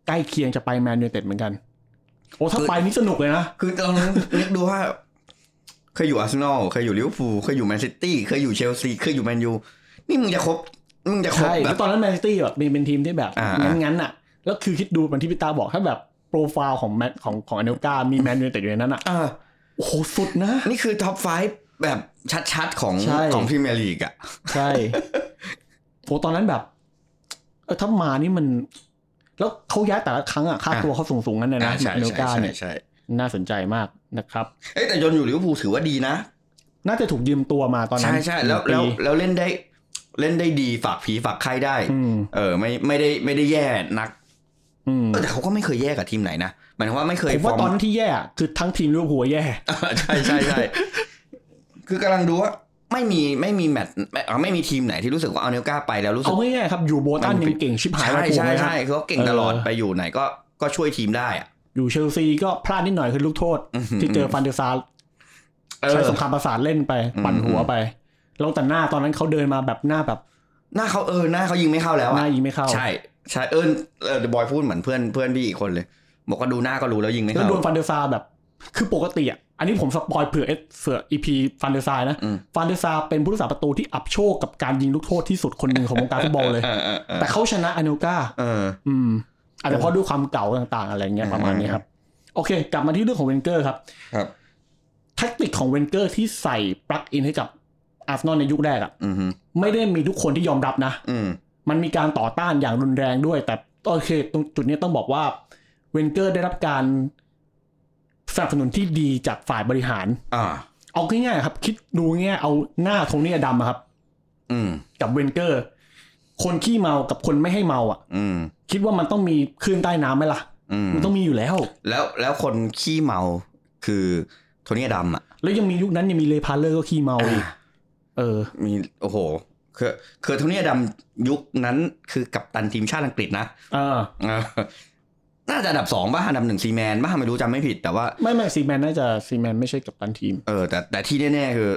ใกล้เคียงจะไปแมนยูไนเต็ดเหมือนกันโอ้ถ้า
คือ
ไปนี่สนุกเลยนะ
คือตอนนั้นนึกดูว่า เคยอยู่อาร์เซนอลเคยอยู่ลิเวอร์พูลเคยอยู่แมนซิตี้เคยอยู่เชลซีเคยอยู่แมนยูนี่มึงจะครบมึงจะครบ
ใช่
แบ
แล้
บ
วตอนนั้นแมนซิตี้แบบเป็นเป็นทีมที่แบบ
อ่า
งั้นๆอ่ะแล้วคือคิดดูเหมือนที่พี่ตาบอกถ้าแบบโปรไฟล์ของแมนของของอันเนลกามีแมนยูไนเต็ดอยู่ในนั้นอ่ะ
อ่า
โอ้โหสุดนะ
นี่คือท็อปไฟแบบชัดๆของ
ใช่
ของพรีเมียร์ลีกอ่ะ
ใช่ โหตอนนั้นแบบเออถ้ามานี่มัน แล้วเขาย้ายแต่ละครั้งอะค่า
อ่ะ
ตัวเขาสูงสูงๆกันเลยนะ
อ่าใช่
เนล
ใช่
กา
ใช่
เนี่ย
ใช่
น่าสนใจมากนะครับ
เอ้ยแต่ยนอยู่ลิเวอร์พูลถือว่าดีนะ
น่าจะถูกยืมตัวมาตอนนั้น
ใช่ใช่แล้ว
ห
แล้ว
นึ่งปี
แล้วเล่นได้เล่นได้ดีฝากผีฝากใครได้
อืม
เออไม่ไม่ได้ไม่ได้แย่นัก
อืม
เออแต่เขาก็ไม่เคยแย่กับทีมไหนนะหมายถึงว่าไม่เคย
ผมว่า
ฟร์
ตอนนั้นที่แย่อะคือทั้งทีมลิเวอร์พูลแย่
[laughs] ใช่ใช่ใช่ คือกำลังดูว่าไม่มีไม่มีแมตช์ไม่เอ่อไม่มีทีมไหนที่รู้สึกว่าเอาเนลก้าไปแล้วรู้สึ
เอา
ก
ง่ายๆครับ อยู่โบลตัน
มัน
ยั
ปิ
ง
ด
เก่งชิบหาย
ใช่
มาถูก
ใช่
ไหมฮะ
ใช่คือเขาเก่งตลอด
เออ
ไปอยู่ไหนก็ก็ช่วยทีมได้อะ
อยู่เชลซีก็พลาดนิดหน่อยคือลูกโทษ ที่เจอฟันเดอร์ซาร์
เอ
ใช้
อ
สงครามประสาทเล่นไป
อืม
ปั่นหัวไปแล้วแต่หน้าตอนนั้นเขาเดินมาแบบหน้าแบบ
หน้าเขาเออหน้าเขายิงไม่เข้าแล้ว
ห
อะ
น้ายิงไม่เข้า
ใช่ใช่เออเออเดอะบอยพูดเหมือนเพื่อนเพื่อนพี่อีกคนเลย บอกว่าดูหน้าก็รู้แล้วยิงไม่
แล้ว
เข้า
โดนฟันเดอร์ซาร์แบบ คือปกติอ่ะ อันนี้ผมสปอยเผื่อเอสเผื่ออีพีฟันเดอร์ซาร์นะ
อืม
ฟันเดอร์ซาร์เป็นผู้รักษาประตูที่อับโชคกับการยิงลูกโทษที่สุดคนหนึ่งของวงการฟุตบอลเลย
เออเออเออ
แต่เขาชนะอเนลกา
เออ
อืมอาจจะเพราะด้วยความเก่าต่างๆ อะไรเงี้ย
อืม
ประมาณนี้ครับ โอเค กลับมาที่เรื่องของเวนเกอร์ครับ
ครับ
แทคติกของเวนเกอร์ที่ใส่ปลั๊กอินให้กับอาร์เซนอลในยุคแรกอ่ะ
อืมฮึ
ไม่ได้มีทุกคนที่ยอมรับนะ
อืม
มันมีการต่อต้านอย่างรุนแรงด้วย แต่โอเคตรงจุดนี้ต้องบอกว่าเวนเกอร์ได้รับการสนับสนุนที่ดีจากฝ่ายบริหาร
อ่า
เอาง่ายๆครับ คิดดูง่ายๆเอาหน้าโทนี่อดัมอะครับ
อืม
กับเวนเกอร์ คนขี้เมากับคนไม่ให้เมาอ่ะ
อืม
คิดว่ามันต้องมีคลื่นใต้น้ำไหมล่ะ
อืม
มันต้องมีอยู่แล้ว
แล้วแล้วคนขี้เมาคือโทนี่อดำอ่ะ
แล้วยังมียุคนั้นยังมีเลพาเลอร์ก็ขี้เมาอีกเออ
มีโอ้โห คือคือโทนี่อดำยุคนั้นคือกัปตันทีมชาติอังกฤษนะ
เออ
เออน่าจะอันดับสองป่ะอันดับหนึ่งซีแมนป่ะไม่รู้จำไม่ผิด แต่ว่า
ไม่ไม่ซีแมนน่าจะซีแมนไม่ใช่กับตันทีม
เออ แต่แต่ที่แน่ๆคือ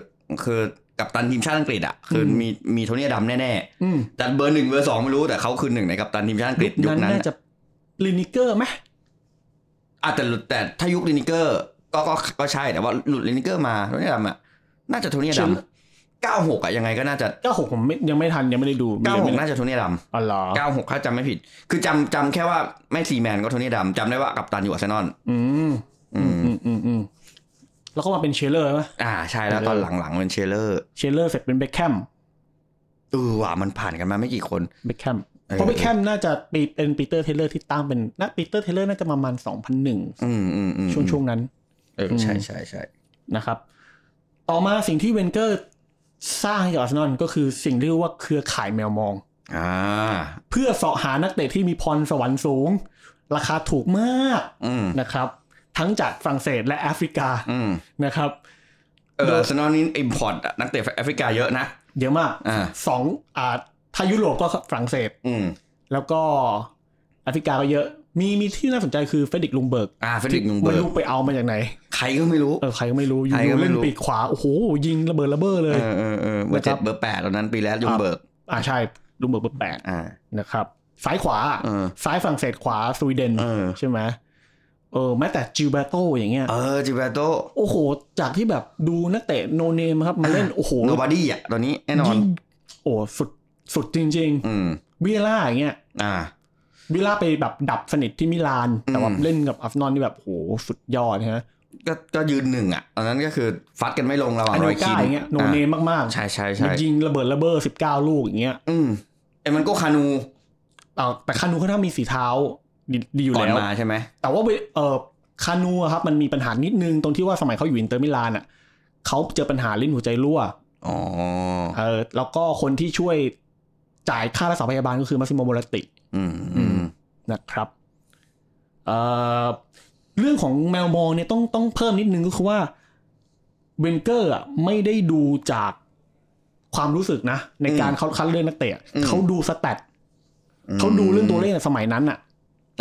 คือกัปตันทีมชาติอังกฤษอ่ะคืออ
ม
มีมีโทนี่อดำแน่
อืม
ๆแต่เบอร์หนึ่งเบอร์สองไม่รู้แต่เขาคือหนึ่งในกัปตันทีมชาติอังกฤษยุค
นั้น
นั้น
น่าจะลินิเกอร์ไหม
อ่ะแต่หลุดแต่ถ้ายุคลินิเกอร์ ก็ก็ก็ใช่แต่ว่าหลุดลินิเกอร์มาโทนี่อดำอ่ะน่าจะโทนี่อดำ 96อะยังไงก็น่าจะ
เก้าหกผมไม่ยังไม่ทันยังไม่ได้ดู
96
นะ
น่าจะโทนี่ดำ
อ๋อเหรอ
96ถ้าจำไม่ผิด คือจำจำแค่ว่าไม่ซีแมนก็โทนี่ดำจำได้ว่ากับตันอยู่อาร์เซนอล
อืม
อืม
อืมอืมอืมแล้วก็มาเป็นเชลเลอร์ปะ
อ่าใช่แล้วตอนหลังๆเป็นเชลเลอร์
เชลเลอร์เสร็จเป็นเบคแคม
เออว่ะมันผ่านกันมาไม่กี่คน
เบคแคม
เออ
เพราะเบคแคมน่าจะปีเป็นปีเตอร์เทเลอร์ที่ตั้งเป็นนะปีเตอร์เทเลอร์น่าจะประมาณสองพันหนึ่ง
อืมอืมอืม
ช่วงช่วงนั้น
เออใช่ใช่ใช่
นะครับ ต่อมาสิ่งที่เวนเกอร์สร้างให้กับอาร์เซนอลก็คือสิ่งที่เรียกว่าเครือข่ายแมวมอง
อ่า
เพื่อเสาะหานักเตะที่มีพรสวรรค์สูง ราคาถูกมาก
อืม
นะครับ ทั้งจากฝรั่งเศสและแอฟริกา
อืม
นะครับ
เอออาร์เซนอลนี่อิมพอร์ตนักเตะแอฟริกาเยอะนะ
เยอะมาก
อ่า
สองอ่าถ้ายุโรปก็ฝรั่งเศส
อืม
แล้วก็แอฟริกาก็เยอะ มีมีที่น่าสนใจคือเฟรดริกลุงเบิร์ก
อ่าเฟดริกนุงเบิ
ไม่
ร์ก
รู้ไปเอามาจากไหน
ใครก็ไม่รู้
เออใครก็ไม่รู้อ
ใครก็
ยู่ๆ
ไม่
เล่
รู้
นปีกขวาโอ้โหยิงระเบิดระเบ้อเล
เอย อเออเออเบอร์เจ็ด
นะครับ
เบอร์แปดตอนนั้นปีแล้วยุงเบิร์ก
อ่าใช่ลุงเบิร์กเบอร์แปด
อ่า
นะครับซ้ายขวา
เออ
ซ้ายฝรั่งเศสขวาสวีเดน
เออ
ใช่ไหมเออแม้แต่จิวเบโตอย่างเงี้ย
เออจิเบโต
โอ้โห จากที่แบบดูนักเตะโนเนมครับมาเล่นโอ้โห
โนบาดี้อ่ะตอนนี้แน่นอน
ยิงโอ้สุดสุดจริง
อืม
ๆวิลล่าอย่างเงี้ย
อ่า
วิลล่าไปแบบดับสนิทที่มิลาน แต่ว่าเล่นกับอัฟนอนนี่แบบโหสุดยอดนะฮะ
ก็ก็ยืนหนึ่งอ่ะตอนนั้นก็คือฟัดกันไม่ลงระหว่าง
อัน
ร
โน
อย
ก้า
คิน
อย่างเงี้ยโนเนมมากๆ
ใช่ใช่
มั
ใช่
นยิงระเบิดระเบ้อสิบเก้าลูกอย่างเงี้ย
อืมไอ้มันก็คานู
เอาแต่คานูเขาถ้ามีสีเท้าดีดีอยู่
ก่อน
แล้ว
มาใช่ไหม
แต่ว่าเวเออคานูอะครับมันมีปัญหานิดนึงตรงที่ว่าสมัยเขาอยู่อินเตอร์มิลานอ่ะเขาเจอปัญหาลิ้นหัวใจรั่ว
อ๋อ
เออแล้วก็คนที่ช่วยจ่ายค่ารักษาพยาบาลก็คือมาซิโมโมราติ
อืมอืม
นะครับเออเรื่องของแมวมองเนี่ยต้องต้องเพิ่มนิดนึงก็คือว่าเวนเกอร์อะไม่ได้ดูจากความรู้สึกนะ ในการเขาคัดเลือกนักเตะอะเขาดูสแตทเขาดูเรื่องตัวเลขในสมัยนั้นอ่ะ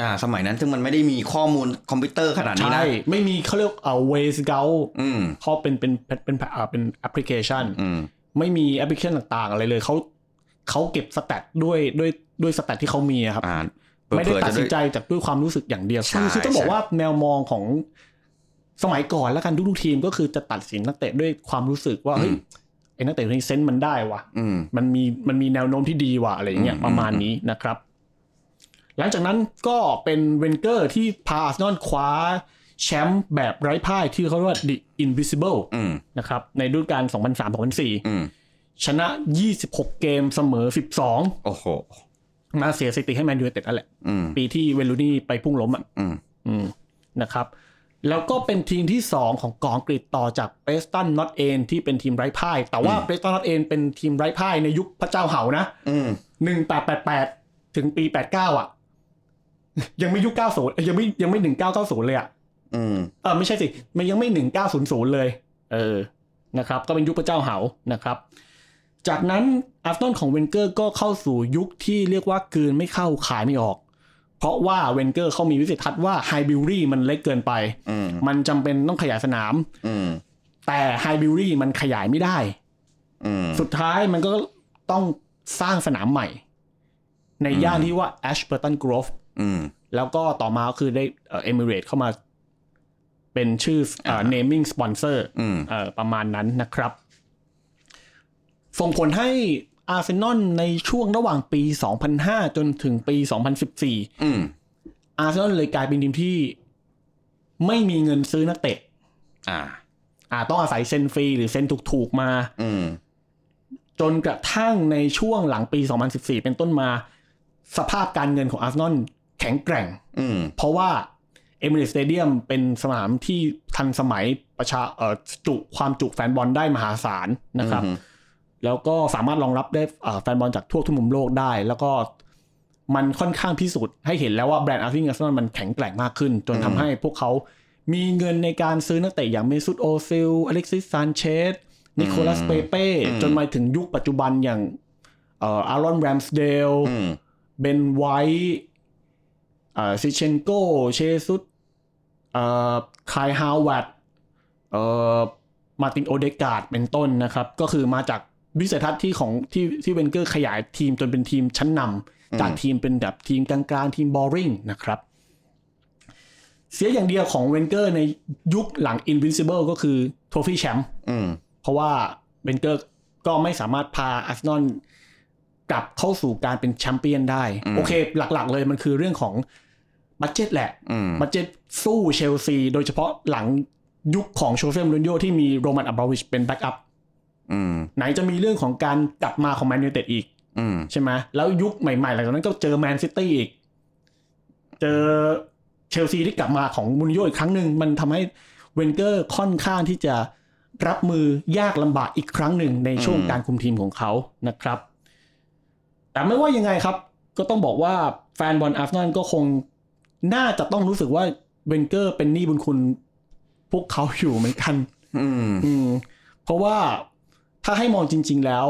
อ่า สมัยนั้นซึ่งมันไม่ได้มีข้อมูลคอมพิวเตอร์ขนาดนี้
ใช่
นะ
ไม่มีเขาเรียกเอาเวสเกล
อืม
เขาเป็นเป็นเป็นเป็นอ่าเป็นแอปพลิเคชัน
อืม
ไม่มีแอปพลิเคชันต่างๆ อะไรเลยเขาเขาเก็บสแตทด้วยด้วยด้วยสแตทที่เขามีอะครับ
อ่า
ไม่ได้
เผื่อๆ
ตัด
จะ
สิ
ด้
น
วย
ใจจากด้วยความรู้สึกอย่างเดียว
ใช่
คือคือต้อง
ใช่
บอกว่าแนวมองของสมัยก่อนแล้วกันทุกๆทีมก็คือจะตัดสินนักเตะด้วยความรู้สึกว่าเฮ้ยไอ้นักเตะคนนี้เซนส์มันได้ว่ะ
อืม
มันมีมันมีแนวโน้มที่ดีว่ะอะไรอย่างเงี้ย
อืม
ประมาณนี้นะครับ หลังจากนั้นก็เป็นเวนเกอร์ที่พาอาร์เซนอลคว้าแชมป์แบบไร้พ่ายที่เขาเรียกว่า The Invisible
อืม
นะครับในฤดูกาล
อ
2003
ืม
2004 ชนะ 26 เกมเสมอ
โอ้โห
12 มาเสียสถิติให้แมนยูไนเต็ดนั่นแหละ
อืม
ปีที่เวลูนี่ไปพุ่งล้มอ่ะ
อืม
อืมนะครับ แล้วก็เป็นทีมที่ 2 ของกองอังกฤษต่อจากเ r รสตันนอตเอนที่เป็นทีมไร้พ่าย แต่ว่าเ r รสตันนอตเอนเป็นทีมไร้พ่ายในยุคพระเจ้าเหานะ
อืม
1888 ถึงปี 89 อ่ะ ยังไม่ยุค 90เอ้ยยังไม่ยังไม่ 1990 เลยอ่ะ
อืม
เออไม่ใช่สิ มันยังไม่หนึ่งเก้าศูนย์ศูนย์เลย เออนะครับ ก็เป็นยุคพระเจ้าเหานะครับ จากนั้นอาร์เซนอลของเวนเกอร์ก็เข้าสู่ยุคที่เรียกว่ากลืนไม่เข้าขายไม่ออก เพราะว่าเวนเกอร์เขามีวิสัยทัศน์ว่าไฮบิวรี่มันเล็กเกินไป
อืม
มันจำเป็นต้องขยายสนาม
อืม
แต่ไฮบิวรี่มันขยายไม่ได้
อืม
สุดท้ายมันก็ต้องสร้างสนามใหม่ ในย่านที่ว่าแอชเ u อร์ตันกรอฟ
อืม
แล้วก็ต่อมาก็คือได้เอมิเรตเข้ามาเป็นชื่อเอ่อ naming sponsor
อืม
เอ่อประมาณนั้นนะครับ ส่งผลให้อาร์เซนอลในช่วงระหว่างปี 2005 จนถึงปี 2014
อืม
อาร์เซนอลเลยกลายเป็นทีมที่ไม่มีเงินซื้อนักเตะ
อ่า
อ่าต้องอาศัยเซ็นฟรีหรือเซ็นถูกๆมา
อืม
จนกระทั่งในช่วงหลังปี 2014 เป็นต้นมา สภาพการเงินของอาร์เซนอลแข็งแกร่ง
อืม
เพราะว่าเอมิเรตสเตเดียมเป็นสนามที่ทันสมัยประชาเอ่อจุความจุแฟนบอลได้มหาศาลนะครับ แล้วก็สามารถรองรับได้เอ่อแฟนบอลจากทั่วทุกมุมโลกได้ แล้วก็มันค่อนข้างพิสูจน์ให้เห็นแล้วว่าแบรนด์อาร์เซนอลมันแข็งแกร่งมากขึ้น จนทำให้พวกเขามีเงินในการซื้อนักเตะอย่างเมซุตโอซิลอเล็กซิสซานเชสนิโคลัสเปเป้จนมาถึงยุคปัจจุบันอย่างเอ่ออารอนแรมสเดล
อืม
เบนไวท์เอ่อซิเชนโก เชซุตเอ่อคายฮาวเวัตเอ่อมาร์ตินโอเดการ์ดเป็นต้นนะครับ ก็คือมาจากวิสัยทัศน์ที่ของที่ที่เวนเกอร์ขยายทีมจนเป็นทีมชั้นนำจากทีมเป็นแบบทีมกลางๆ ทีมบอริงนะครับ เสียอย่างเดียวของเวนเกอร์ในยุคหลัง Invincible ก็คือ โทฟี่แชมป์
อืม
เพราะว่าเวนเกอร์ ก็ไม่สามารถพาอาร์เซนอลกลับเข้าสู่การเป็นแชมเปี้ยนได้
อืม
โอเค หลักๆเลยมันคือเรื่องของบัตเจ็ตแหละ
อืม
บัตเจ็ตสู้เชลซี โดยเฉพาะหลังยุคของโชเฟมลุนโยที่มีโรมันอับราวิชเป็นแบ็กอัพ
อืม
ไหนจะมีเรื่องของการกลับมาของแมนยูเต็ดอีก
อืม
ใช่ไหมแล้วยุคใหม่ๆหลังจากนั้นก็เจอแมนซิตี้อีก เจอเชลซีที่กลับมาของมุนโยอีกครั้งหนึ่ง มันทำให้เวนเกอร์ค่อนข้างที่จะรับมือยากลำบากอีกครั้งหนึ่งในช่วงการคุมทีมของเขานะครับ แต่ไม่ว่ายังไงครับ ก็ต้องบอกว่าแฟนบอลอาร์เซนอลก็คงน่าจะต้องรู้สึกว่าเวนเกอร์เป็นหนี้บุญคุณพวกเขาอยู่เหมือนกัน
อืม
อืมเพราะว่าถ้าให้มองจริง ๆ แล้ว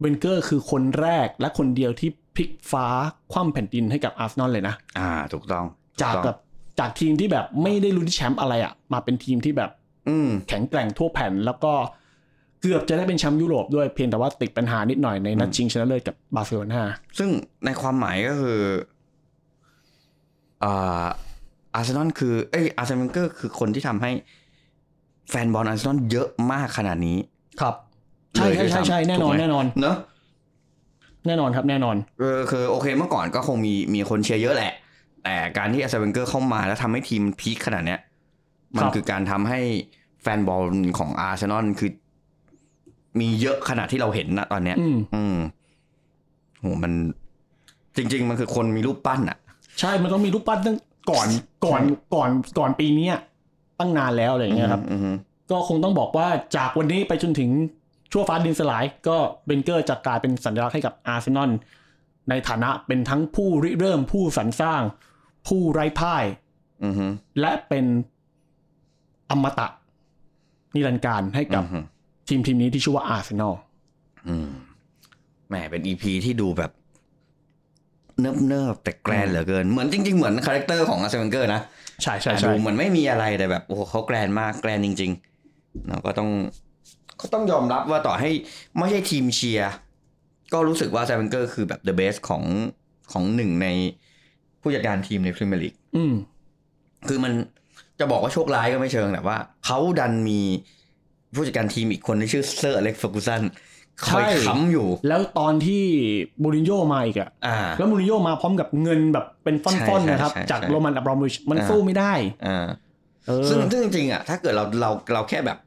เวนเกอร์คือคนแรกและคนเดียวที่พลิกฟ้าคว่ำแผ่นดินให้กับอาร์เซนอลเลยนะ
อ่า ถูกต้อง
จากแบบจากทีมที่แบบไม่ได้ลุ้นแชมป์อะไรอะมาเป็นทีมที่แบบ
อืม
แข็งแกร่งทั่วแผ่น แล้วก็เกือบจะได้เป็นแชมป์ยุโรปด้วยเพียงแต่ว่าติดปัญหานิดหน่อยในนัดชิงชนะเลิศกับบาร์เซโลนา
ซึ่งในความหมายก็คืออ่าอาร์เซนอลคือ เอ้ยอาร์เซนอลก็คือคนที่ทำให้แฟนบอลอาร์เซนอลเยอะมากขนาดนี้
ครับใช่
เลยด้ว
ใช่
ยซ้ำ
ใช่ใช่แน่นอน
ถูกไหม
แน่นอน
เนอะ
แน่นอนครับแน่นอน
เออคือโอเคเมื่อก่อนก็คงมีมีคนเชียร์เยอะแหละ แต่การที่อาร์เซนอลเกอร์เข้ามาแล้วทำให้ทีมมันพีคขนาดเนี้ย มัน
ครับ
คือการทำให้แฟนบอลของอาร์เซนอลคือ มีเยอะขนาดที่เราเห็นนะตอนเนี้ย
อืม
อืมโหมันจริง ๆ มันคือคนมีรูปปั้นอะ
ใช่มันต้องมีรูปปั้นตั้งก่อนก่อนก่อนก่อนปีเนี้ยตั้งนานแล้วอะไรอย่างเงี้ยครับ
อืมอืม
ก็คงต้องบอกว่าจากวันนี้ไปจนถึงชั่วฟ้าดินสลาย ก็เบนเกอร์จะกลายเป็นสัญลักษณ์ให้กับอาร์เซนอลในฐานะเป็นทั้งผู้ริเริ่มผู้สรรสร้าง ผู้ไร้พ่าย
อืมอืม
และเป็นอมตะนิรันดร์การให้กับ
อืม
ทีมทีมนี้ที่ชื่อว่าอาร์เซนอล
อืมแหมเป็นอีพีที่ดูแบบ เนิบเนิบๆแต่แกรนเหลือเกิน เหมือนจริง ๆ เหมือนคาแรคเตอร์ของอาร์เซนเกอร์นะ
ใช่ใช่
แต่
ใช่
ดูเหมือนไม่มีอะไรแต่แบบ โอ้โหเขาแกรนมากแกรนจริงๆเราก็ต้องก็ต้องยอมรับว่าต่อให้ไม่ใช่ทีมเชียร์ก็รู้สึกว่าอาร์เซนเกอร์คือแบบเดอะเบสของของหนึ่งในผู้จัดการทีมในพรีเมียร์ลีก
อืม
คือมันจะบอกว่าโชคร้ายก็ไม่เชิงแต่ว่าเขาดันมีผู้จัดการทีมอีกคนที่ชื่อเซอร์อเล็กซ์เฟอร์กูสันคอย
ใช่
ค้ำอยู่
แล้วตอนที่มูรินโญ่มาอีกอะ
อ่า
แล้วมูรินโญ่มาพร้อมกับเงินแบบเป็นฟ่อนๆนะครับ
ใช่ใช่ใช่
จาก
ใช่
โรมันอับรอมวิชมัน
อ่า
สู้ไม่ได้
อ่า
เออ
ซึ่งซึ่งจริงๆอ่ะถ้าเกิดเราเราเราแค่แบบ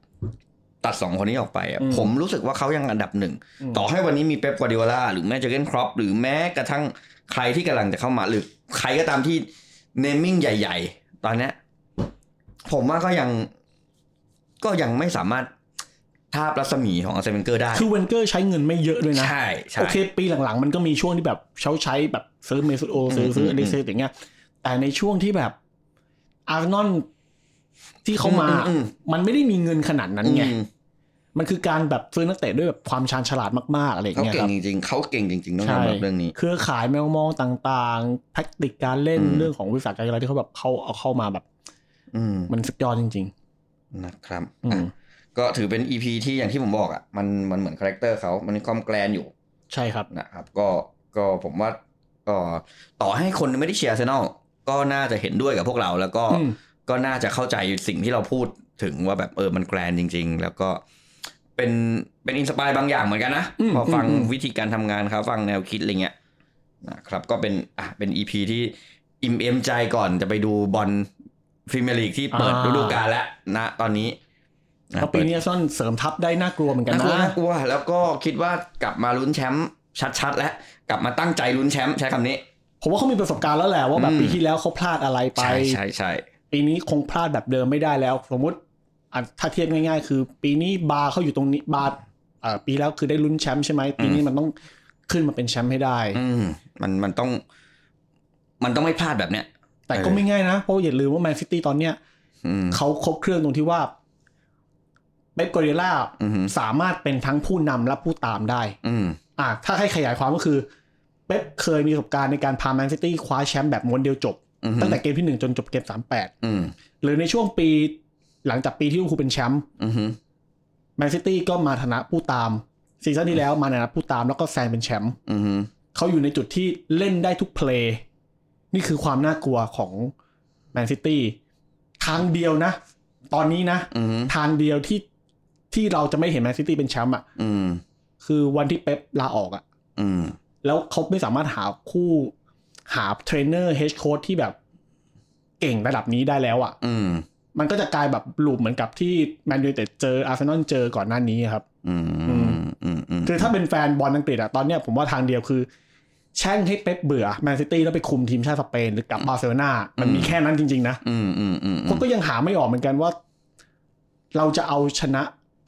ตัดสองคนนี้ออกไปอ่ะ
อืม
ผมรู้สึกว่าเขายังอันดับหนึ่ง
อืม
ต่อให้วันนี้มีเป๊ปกวาร์ดิโอลาหรือแม้เจอร์เกนครอปหรือแม้กระทั่งใครที่กำลังจะเข้ามา หรือใครก็ตามที่เนมมิ่งใหญ่ๆ ตอนเนี้ยผมว่าก็ยังก็ยังไม่สามารถทาบรัศมีของอาร์เซนเกอร์ได้
คือเวนเกอร์ใช้เงินไม่เยอะด้วยนะ
ใช่ใช่
โอเค ปีหลังๆ มันก็มีช่วงที่แบบเขาใช้แบบซื้อเมซุตโอซื้อ
อืม
ซื้อ
อืม
เอลิกเซอร์อย่างเงี้ย แต่ในช่วงที่แบบอาร์นอลที่เขามา
อืมอืมอืม
มันไม่ได้มีเงินขนาดนั้นไง
อืม
มันคือการแบบซื้อนักเตะด้วยแบบความชาญฉลาดมากๆอะไรอย่าง
เขา
เงี้ย
เก่
ค
ง
รับ
จริงๆเขาเก่งจริงๆต้องยอมรับ
ใช่
เรื่องนี้
เครือขายแมวมองต่างๆแทคติกการเล่น
อืม
เรื่องของวิสาหกิจอะไรที่เขาแบบเขาเอาเข้ามาแบบ
อืม
มันสุดยอดจริง
นะครับ
ๆ อื
อ่ะ
ม
ก็ถือเป็น EP ที่อย่างที่ผมบอกอะ่ะมันมันเหมือนคาแรคเตอร์เขามันมีความแกลนอยู่
ใช่ครับ
นะครับ ก็ก็ผมว่าก็ต่อให้คนไม่ได้เชียร์อาร์เซนอลก็น่าจะเห็นด้วยกับพวกเรา แล้วก็
อืม
ก็น่าจะเข้าใจสิ่งที่เราพูดถึงว่าแบบเออมันแกลนจริง ๆ แล้วก็เป็นเป็นอินสปายบางอย่างเหมือนกันนะ
อืม
พอฟัง
อืมอืม
วิธีการทำงานเขาฟังแนวคิดอะไรเงี้ยนะครับ ก็เป็นอ่ะเป็น EP ที่อิ่มเอมใจก่อนจะไปดูบอลพรีเมียร์ลีกที่เปิดฤดูกาลแล้วนะตอนนี้ะ
เพราะปีนี้อาร์เซนอลเสริมทัพได้น่ากลัวเหมือนกัน
น่ากลัว
นะ
น่ากลัวแล้วก็คิดว่ากลับมาลุ้นแชมป์ชัดๆ แล้ว กลับมาตั้งใจลุ้นแชมป์ใช้คำนี้
ผมว่าเขามีประสบการณ์แล้วแหละว่าแบบ
อืม
ปีที่แล้วเขาพลาดอะไรไป
ใช่ใช่ใช่
ปีนี้คงพลาดแบบเดิมไม่ได้แล้ว สมมติอ่ะถ้าเทียบง่ายๆ คือ ปีนี้บาร์เขาอยู่ตรงนี้บาร์เอ่อปีแล้วคือได้ลุ้นแชมป์ใช่ไหมปีนี้มันต้องขึ้นมาเป็นแชมป์ให้ได้
อืมมันมันต้อง มันต้องไม่พลาดแบบเนี้ย
แต่ก็
เออ
ไม่ง่ายนะ เพราะอย่าลืมว่าแมนซิตี้ตอนเนี้ย
อืม
เขาครบเครื่องตรงที่ว่าเป๊ปกวาร์ดิโอล่า
อือหือ
สามารถเป็นทั้งผู้นำและผู้ตามได้
อืม
อ่ะถ้าให้ขยายความก็คือเป๊ปเคยมีประสบการณ์ในการพาแมนซิตี้คว้าแชมป์แบบม้วนเดียวจบ
อือหือ
ตั้งแต่เกมที่หนึ่งจนจบเกมสามแปด
อืม
หรือในช่วงปีหลังจากปีที่ลิเวอร์พูลเป็นแชมป์
อืมอืม
แมนซิตี้ก็มาฐานะผู้ตามซีซั่นที่แล้วมาในฐานะผู้ตามแล้วก็แซงเป็นแชมป์
อืม
เขาอยู่ในจุดที่เล่นได้ทุกเพลย์นี่คือความน่ากลัวของแมนซิตี้ทางเดียวนะ ตอนนี้นะ
อืม
ทางเดียวที่ที่เราจะไม่เห็นแมนซิตี้เป็นแชมป์อ่ะ
อืม
คือวันที่เป๊ปลาออกอะ
อืม
แล้วเขาไม่สามารถหาคู่หาเทรนเนอร์เฮดโค้ชที่แบบเก่งระดับนี้ได้แล้วอะ
อืม
มันก็จะกลายแบบลูปเหมือนกับที่แมนยูเต็ดเจออาร์เซนอลเจอก่อนหน้านี้ครับ
อืม อืม อืม อืม
คือถ้าเป็นแฟนบอลอังกฤษอะตอนเนี้ยผมว่าทางเดียวคือ แช่งให้เป๊ปเบื่อแมนซิตี้แล้วไปคุมทีมชาติสเปนหรือกลับบาร์เซโลนามันมีแค่นั้นจริงๆนะ
อืม อืม อืม
ผมก็ยังหาไม่ออกเหมือนกันว่า เราจะเอาชนะ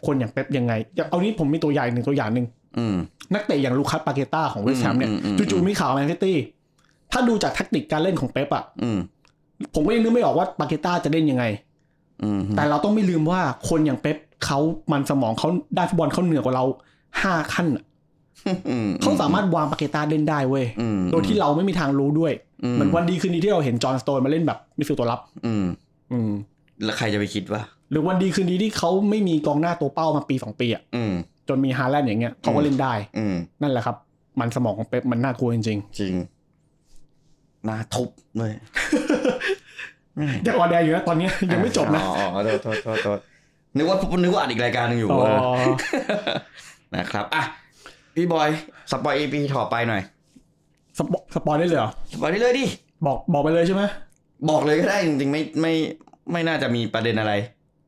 คนอย่างเป๊ปยังไงอย่างเอานี้ผมมีตัวอย่างหนึ่งตัวอย่างหนึ่ง
อืม
นักเตะอย่างลูคัสปาเกต้าของเวสต์แฮมเนี่ย
อืมอืมอืม
จู่ๆมีข่าวแมนซิตี้ถ้าดูจากแทคนิคการเล่นของเป๊ปอะ
อืม
ผมก็ยังนึกไม่ออกว่าปาเกต้าจะเล่นยังไง
อืม
แต่เราต้องไม่ลืมว่าคนอย่างเป๊ปเขามันสมองเขาด้านฟุตบอลเขาเหนือกว่าเราห้าขั้นอะเขาสามารถวางปาเกต้าเล่นได้เว้ย
อืม
โดยที่เราไม่มีทางรู้ด้วย
อืม
เหมือนวันดีคืนดีที่เราเห็นจอห์นสโตนมาเล่นแบบมิดฟิลด์ตัวรับ
อืม
อืม
แล้วใครจะไปคิดว่า
หรือวันดีคืนดีที่เขาไม่มีกองหน้าตัวเป้ามาปีสองปีอะ
อืม
จนมีฮาแลนด์อย่างเงี้ยเขาก็เล่นได้
อืม
นั่นแหละครับ มันสมองของเป๊ปมันน่ากลัวจริง
จริงหน้าทุบเลย
ๆยังออนแอร์อยู่นะตอนเนี้ยยังไม่จบนะ
อ๋ออ๋อโทษโทษโทษโทษนึกว่านึกว่าอัดอีกรายการหนึ่งอยู่
อ๋อ
เออนะครับ อ่ะ พี่บอย สปอยเอพีถอไปหน่อย
สปอสปอยได้เลยเหรอ
สปอยได้เลยดิ
บอกบอกไปเลยใช่ไหม
บอกเลยก็ได้จริงๆ ไม่ไม่ไม่น่าจะมีประเด็นอะไร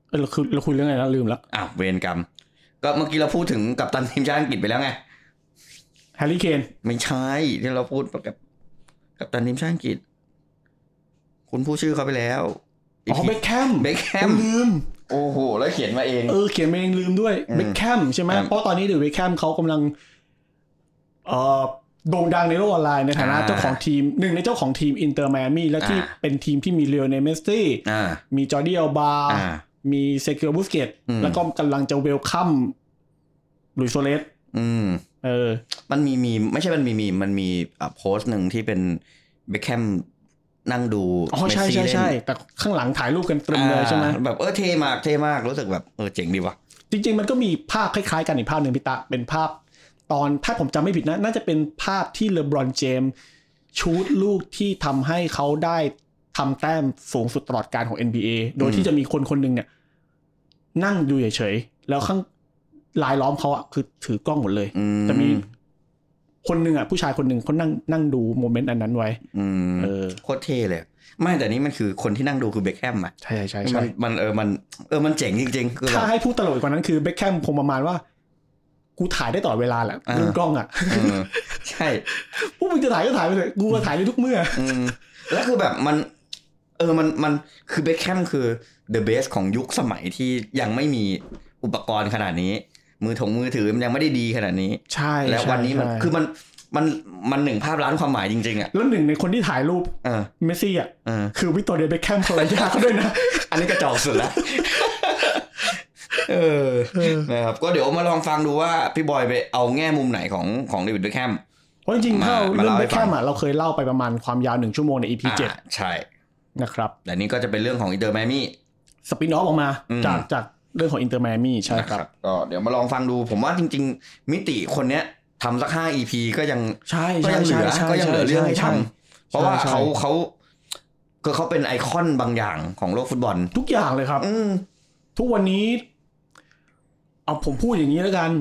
เออเราคุยเราคุยเรื่องอะไรนะลืมละ
อ่ะเวรกรรม ก็เมื่อกี้เราพูดถึงกับตันทีมชาติอังกฤษไปแล้วไง
แฮร์รี่เคน
ไม่ใช่ที่เราพูดกับกับตันทีมชาติอังกฤษ คุณผู้ชื่อเขาไปแล้ว
อ๋อเบคแคม
เบคแฮม
ลืม
โอ้โห แล้วเขียนมาเอง
เออเขียนมาเองลืมด้วย
อืม
เบคแคมใช่ไหม
ครับ
เพราะตอนนี้เดี๋ยวเบคแคมเขากำลังเอ่อโด่งดังในโลกออนไลน์ในฐานะ
อ่า
เจ้าของทีมหนึ่งในเจ้าของทีมอินเตอร์ไมอามี่และที่
อ่า
เป็นทีมที่มีเรียวเนเมสตี้
อ่า
มีจอร์ดีอัลบา
อ่า
มีเซคิโอบุสเกต
อืม
แล้วก็กำลังจะเวลคัมหลุยส์โซเลส
อืม
เออ
มันมีมีมไม่ใช่มันมีมีมมันมีอ่ะโพสต์หนึ่งที่เป็นเบคแฮมนั่งดู
อ๋อ ใช่
เมสซี่
ใช่
เล่น
ใช่ แต่ข้างหลังถ่ายรูปกันตรึมเลยใช่ไหม
อ่าแบบเออเท่มากเท่มากรู้สึกแบบเออเจ๋งดีว่ะ
จริง ๆ มันก็มีภาพคล้ายๆกันอีกภาพหนึ่งพิตะ เป็นภาพตอนถ้าผมจำไม่ผิดนะ น่าจะเป็นภาพที่เลบรอนเจมส์ชูดลูกที่ทำให้เขาได้ทำแต้มสูงสุดตลอดการของ NBA โดยที่จะมีคนคนหนึ่งเนี่ย นั่งดูเฉยๆ แล้วข้างลายล้อมเขาอะคือถือกล้องหมดเลย
อื
จะมีคนหนึ่งอ่ะ ผู้ชายคนหนึ่งเขานั่งนั่งดูโมเมนต์อันนั้นไว้
อืม
เออ
โคตรเท่เลย ไม่แต่นี่มันคือคนที่นั่งดูคือเบคแฮมอ่ะ
ใช่ใช่
มั
ใช่
นมันเออมันเออมันเจ๋งจริงๆคือแบ
ถ้า
บ
ให้พูดตลกกว่านั้นคือเบคแคมคงประมาณว่า กูถ่ายได้ตลอดเวลาแหละ
อ่า
เรื่องกล้องอ่ะ
เออใช่
พวกมึงจะถ่ายก็ถ่ายไปเลยกูก็ถ่ายได้ทุกเมื่อ
อืมแล้วคือแบบมัน เออมันมันคือเบคแคมคือ the best ของยุคสมัยที่ยังไม่มีอุปกรณ์ขนาดนี้ มือถงมือถือมันยังไม่ได้ดีขนาดนี้
ใช่
แล้ววันนี้มัน
ใช่
คือมันมันมันหนึ่งภาพล้านความหมายจริง ๆ อ่ะ
แล้วหนึ่งในคนที่ถ่ายรูป
เออ
เมสซี่อ่ะ
เออ
คือวิกตอเรียเบคแคมภรรยาเขาด้วยนะ
อันนี้กระจอกสุดแล้ว เออนะครับก็เดี๋ยวมาลองฟังดูว่าพี่บอยไปเอาแง่มุมไหนของของเดวิดเบคแฮม
เพราะจริงๆถ้า
มา
เรื่อง
เล่า
เบ
ให้
ค
ฟั
แค
ง
มอ่ะเราเคยเล่าไปประมาณความยาวหนึ่งชั่วโมงใน EP
อ่า
เจ็ด
ใช่
นะครับ
แต่นี้ก็จะเป็นเรื่องของอินเตอร์ไมอามี่
สปินออฟออกมา
อืม
จากจากเรื่องของอินเตอร์แมมี่ใช่
นะ
ค
ค
รั
รับ บก็เดี๋ยวมาลองฟังดู ผมว่าจริง ๆ มิติคนเนี้ยทำสักห้า EP ก็ยัง
ใช่
ก็
ใช่
ยังเหลือ
ใช่ใช่
ก็ยังเหลือเรื่องให้ท
ใช่
ำเพราะว่า
ใช่
เขาเขาคือเขาเป็นไอคอนบางอย่างของโลกฟุตบอล
ทุกอย่างเลยครับ
อืม
ทุกวันนี้ เอาผมพูดอย่างนี้แล้วกัน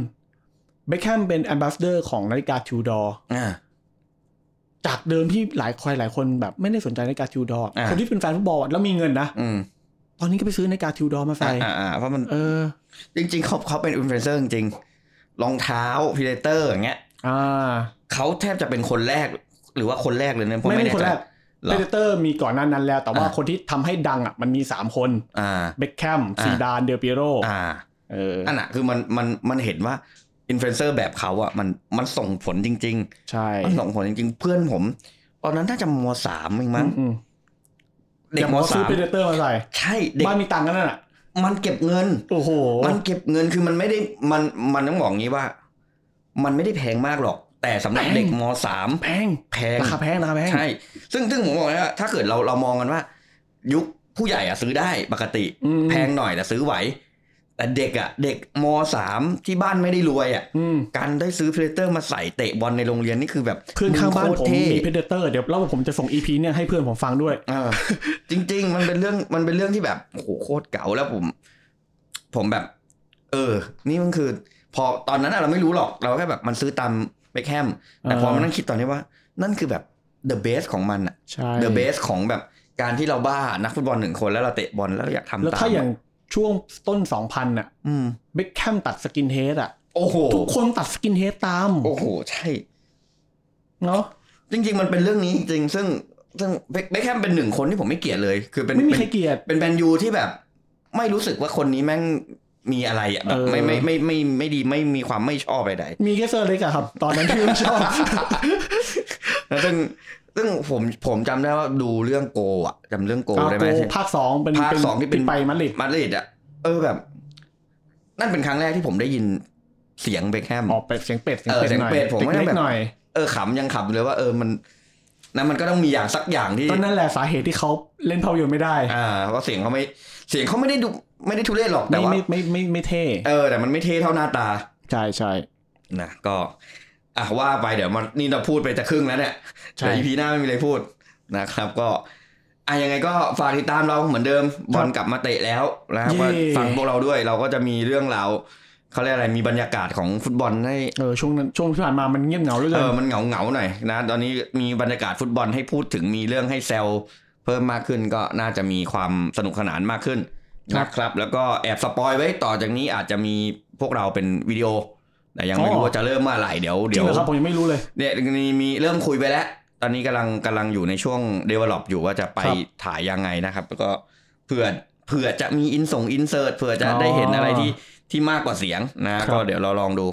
เบคแฮมเป็นแอมบาสเดอร์ของนาฬิกาทิวดอร์
อ่า
จากเดิมที่หลายคนหลายคนแบบไม่ได้สนใจนาฬิกาทิวดอร์
อ่า
คนที่เป็นแฟนฟุตบอลอะแล้วมีเงินนะ
อืม
ตอนนี้ก็ไปซื้อนาฬิกาทิวดอร์มาใส่
อ่าอ่าเพราะมัน
เออ
จริง ๆ เขาเขาเป็นอินฟลูเอนเซอร์จริงๆรองเท้าพิเ a เตอร์อย่างเงี้ย
อ่า
เขาแทบจะเป็นคนแรก หรือว่าคนแรกเลยเนี่ยผม
ไม่
ไม่
เป็น
แน่
คน
ใจ
แรก
เหร
เ e
อ
เตอร์มีก่อนหน้านั้นแล้ว แต่ว่า
อ่า
คนที่ทำให้ดังอ่ะมันมีสามคน
อ่า
เบคแคม
อ่า
ซีดานเดลปิโร
อ่า
เออ
อันน่ะคือมันมันมันเห็นว่าอินฟลูเอนเซอร์แบบเขาอ่ะมันมันส่งผลจริง ๆ
ใช่
มันส่งผลจริงๆ เพื่อนผม ตอนนั้นน่าจะมสามเองมั้ง
อืม
เด็ก
ย่าง
ม
ผมซื้
สา
อ
ม
เ e เตอร์มาใส่
ใช่เด็ก
บ้านมีตังค์กันนั่นอ่ะ
มันเก็บเงิน
โอ้โห
มันเก็บเงินคือมันไม่ได้มันมันต้องบอกงี้ว่า มันไม่ได้แพงมากหรอก แต่สำหรับ
แพง
เด็กมสาม
แพง
แพง
ราคาแพงราคาแพง
ใช่ ซึ่งซึ่งผมบอกเลยว่าถ้าเกิดเราเรามองกันว่า ยุคผู้ใหญ่อะซื้อได้ปกติ
อืม
แพงหน่อยแต่ซื้อไหว แต่เด็กอะเด็กมสามที่บ้านไม่ได้รวยอะ
อืม
การได้ซื้อเพลเตอร์มาใส่เตะบอลในโรงเรียนนี่คือแบบ
เพื่อนข้างบ้าน
โคตร
ผม
เท่
มีเพเดเตอร์เดี๋ยวแล้วผมจะส่งอีพีเนี่ยให้เพื่อนผมฟังด้วย
เออจริง ๆ มันเป็นเรื่องมันเป็นเรื่องที่แบบโอ้โหโคตรเก่าแล้วผม ผมแบบ เออ นี่มันคือ พอตอนนั้นอะเราไม่รู้หรอกเราแค่แบบมันซื้อตามเบคแฮมแต่พอมานั่งคิดตอนนี้ว่า นั่นคือแบบ the best ของมันอะ
ใช่
the best ของแบบการที่เราบ้านักฟุตบอลหนึ่งคนแล้วเราเตะบอลแล้วเราอยากทำ
แล้ว
ตาม
ถ้าอย่างช่วงต้นสองพันอ่ะ
อืม
เบคแฮมตัดสกินเฮดอ่ะ
โอ้โห
ทุกคนตัดสกินเฮดตาม
โอ้โหใช่
เนาะ
จริง ๆ มันเป็นเรื่องนี้จริงซึ่งซึ่งเบคแฮมเป็นหนึ่งคนที่ผมไม่เกลียดเลย คือเป็น
ไม่มี
เป็น
ใครเกลียด
เป็นแมนยูที่แบบ ไม่รู้สึกว่าคนนี้แม่งมีอะไรอ่ะแบบ
เออ
ไม่ไม่ไม่ไม่ไม่ดีไม่มีความไม่ชอบใด
มีแค่เซอร์เล็กอะครับ ตอนนั้นที่ไม่ชอบ
ๆแล้วซึ่งซึ่งผมผมจำได้ว่าดูเรื่องโกอ่ะจำเรื่องโก
กา
ได้ไห
โก
ม
ภาคสองเป็น
ภาคสองที่เป็น
ไปมาดริด
มาดริดอ่ะเออแบบ นั่นเป็นครั้งแรกที่ผมได้ยินเสียงเบคแฮม
ออกเป็ดเสียงเป็ดเสียง
เออ
เป็ด
เสียง
หน่อย
เป็ดผมว่า
เล็ก
แบบ
ๆหน่อย
เออขำยังขำเลยว่าเออมันนั่นมันก็ต้องมีอย่างสักอย่างที่
ก็นั่นแหละสาเหตุที่เขาเล่นภาพยนตร์ไม่ได้
อ่าเพราะเสียงเขาไม่เสียงเขาไม่ได้ดูไม่ได้ทุเรศหรอกแต่
ไม่
ว่า
ไม่ไม่ไม่ไม่เท่
เออแต่มันไม่เท่เท่าหน้าตา
ใช่ใช่
นะก็อ่ะว่าไปเดี๋ยวมันนี่เราพูดไปจะครึ่งแล้วเนี่ย
ใช่
เดี๋ยวอีพีหน้าไม่มีอะไรพูดนะครับ ก็อ่ะยังไงก็ฝากติดตามเราเหมือนเดิมบอลกลับมาเตะแล้วนะครับก็ฟังพวกเราด้วยเราก็จะมีเรื่องราวเขาเรียกอะไรมีบรรยากาศของฟุตบอลให้
เออช่วงนั้นช่วงที่ผ่านมามันเงียบเหงาเหลย
เออมันเหงาเหงาๆหน่อยนะ ตอนนี้มีบรรยากาศฟุตบอลให้พูดถึงมีเรื่องให้แซวเพิ่มมากขึ้นก็น่าจะมีความสนุกสนานมากขึ้นนะครับ แล้วก็แอบสปอยไว้ต่อจากนี้อาจจะมีพวกเราเป็นวิดีโอแต่ยังไม่รู้ว่าจะเริ่มเมื่อไหร่เดี๋ยว
จริ
เดี๋
ง
ยว
เหรอครับผมยังไม่รู้เลย
เนี่ยมีมีเริ่มคุยไปแล้ว ตอนนี้กำลังกำลังอยู่ในช่วง develop อยู่ว่าจะไป
ครับ
ถ่ายยังไงนะครับ แล้วก็เผื่อเผื่อจะมีอินส่งอินเสิร์ตเผื่อจะ
อ๋อ
ได้เห็นอะไรที่ที่มากกว่าเสียงนะ
ครับ
ก็เดี๋ยวเราลองดู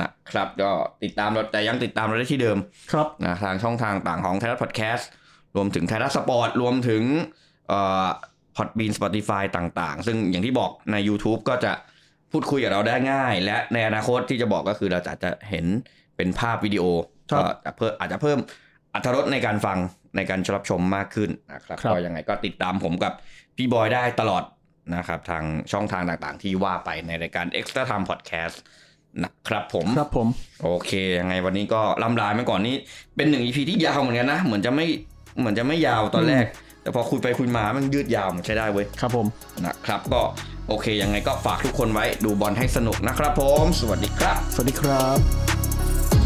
นะครับ ก็ติดตามเราแต่ยังติดตามเราได้ที่เดิม
ครับ
นะทางช่องทางต่างของไทยรัฐพอดแคสต์รวมถึงไทยรัฐสปอร์ตรวมถึงเอ่อพอดบีนสปอติฟาต่างๆ ซึ่งอย่างที่บอกใน YouTube ก็จะพูดคุยกับเราได้ง่าย และในอนาคตที่จะบอกก็คือเราจะจะเห็น เป็นภาพวิดีโอ
ครั
ก็
บ
จะเพิ่มอาจจะเพิ่มอรรถรสในการฟังในการรับชมมากขึ้นนะครับ
ครับ
ก็ยังไงก็ติดตามผมกับพี่บอยได้ตลอดนะครับ ทางช่องทางต่างๆ ที่ว่าไปในรายการ Extra Time Podcast นะครับผม
ครับผม
โอเค ยังไงวันนี้ก็ลำลาไปก่อนนี่เป็นหนึ่ง EP ที่ยาวเหมือนกันนะ เหมือนจะไม่เหมือนจะไม่ยาวตอนแรก แต่พอคุยไปคุยมามันยืดยาวมันใช้ได้เว้ย
ครับผม
นะครับ ก็โอเคยังไงก็ฝากทุกคนไว้ดูบอลให้สนุกนะครับ ผมสวัสดีครับ
สวัสดีครับ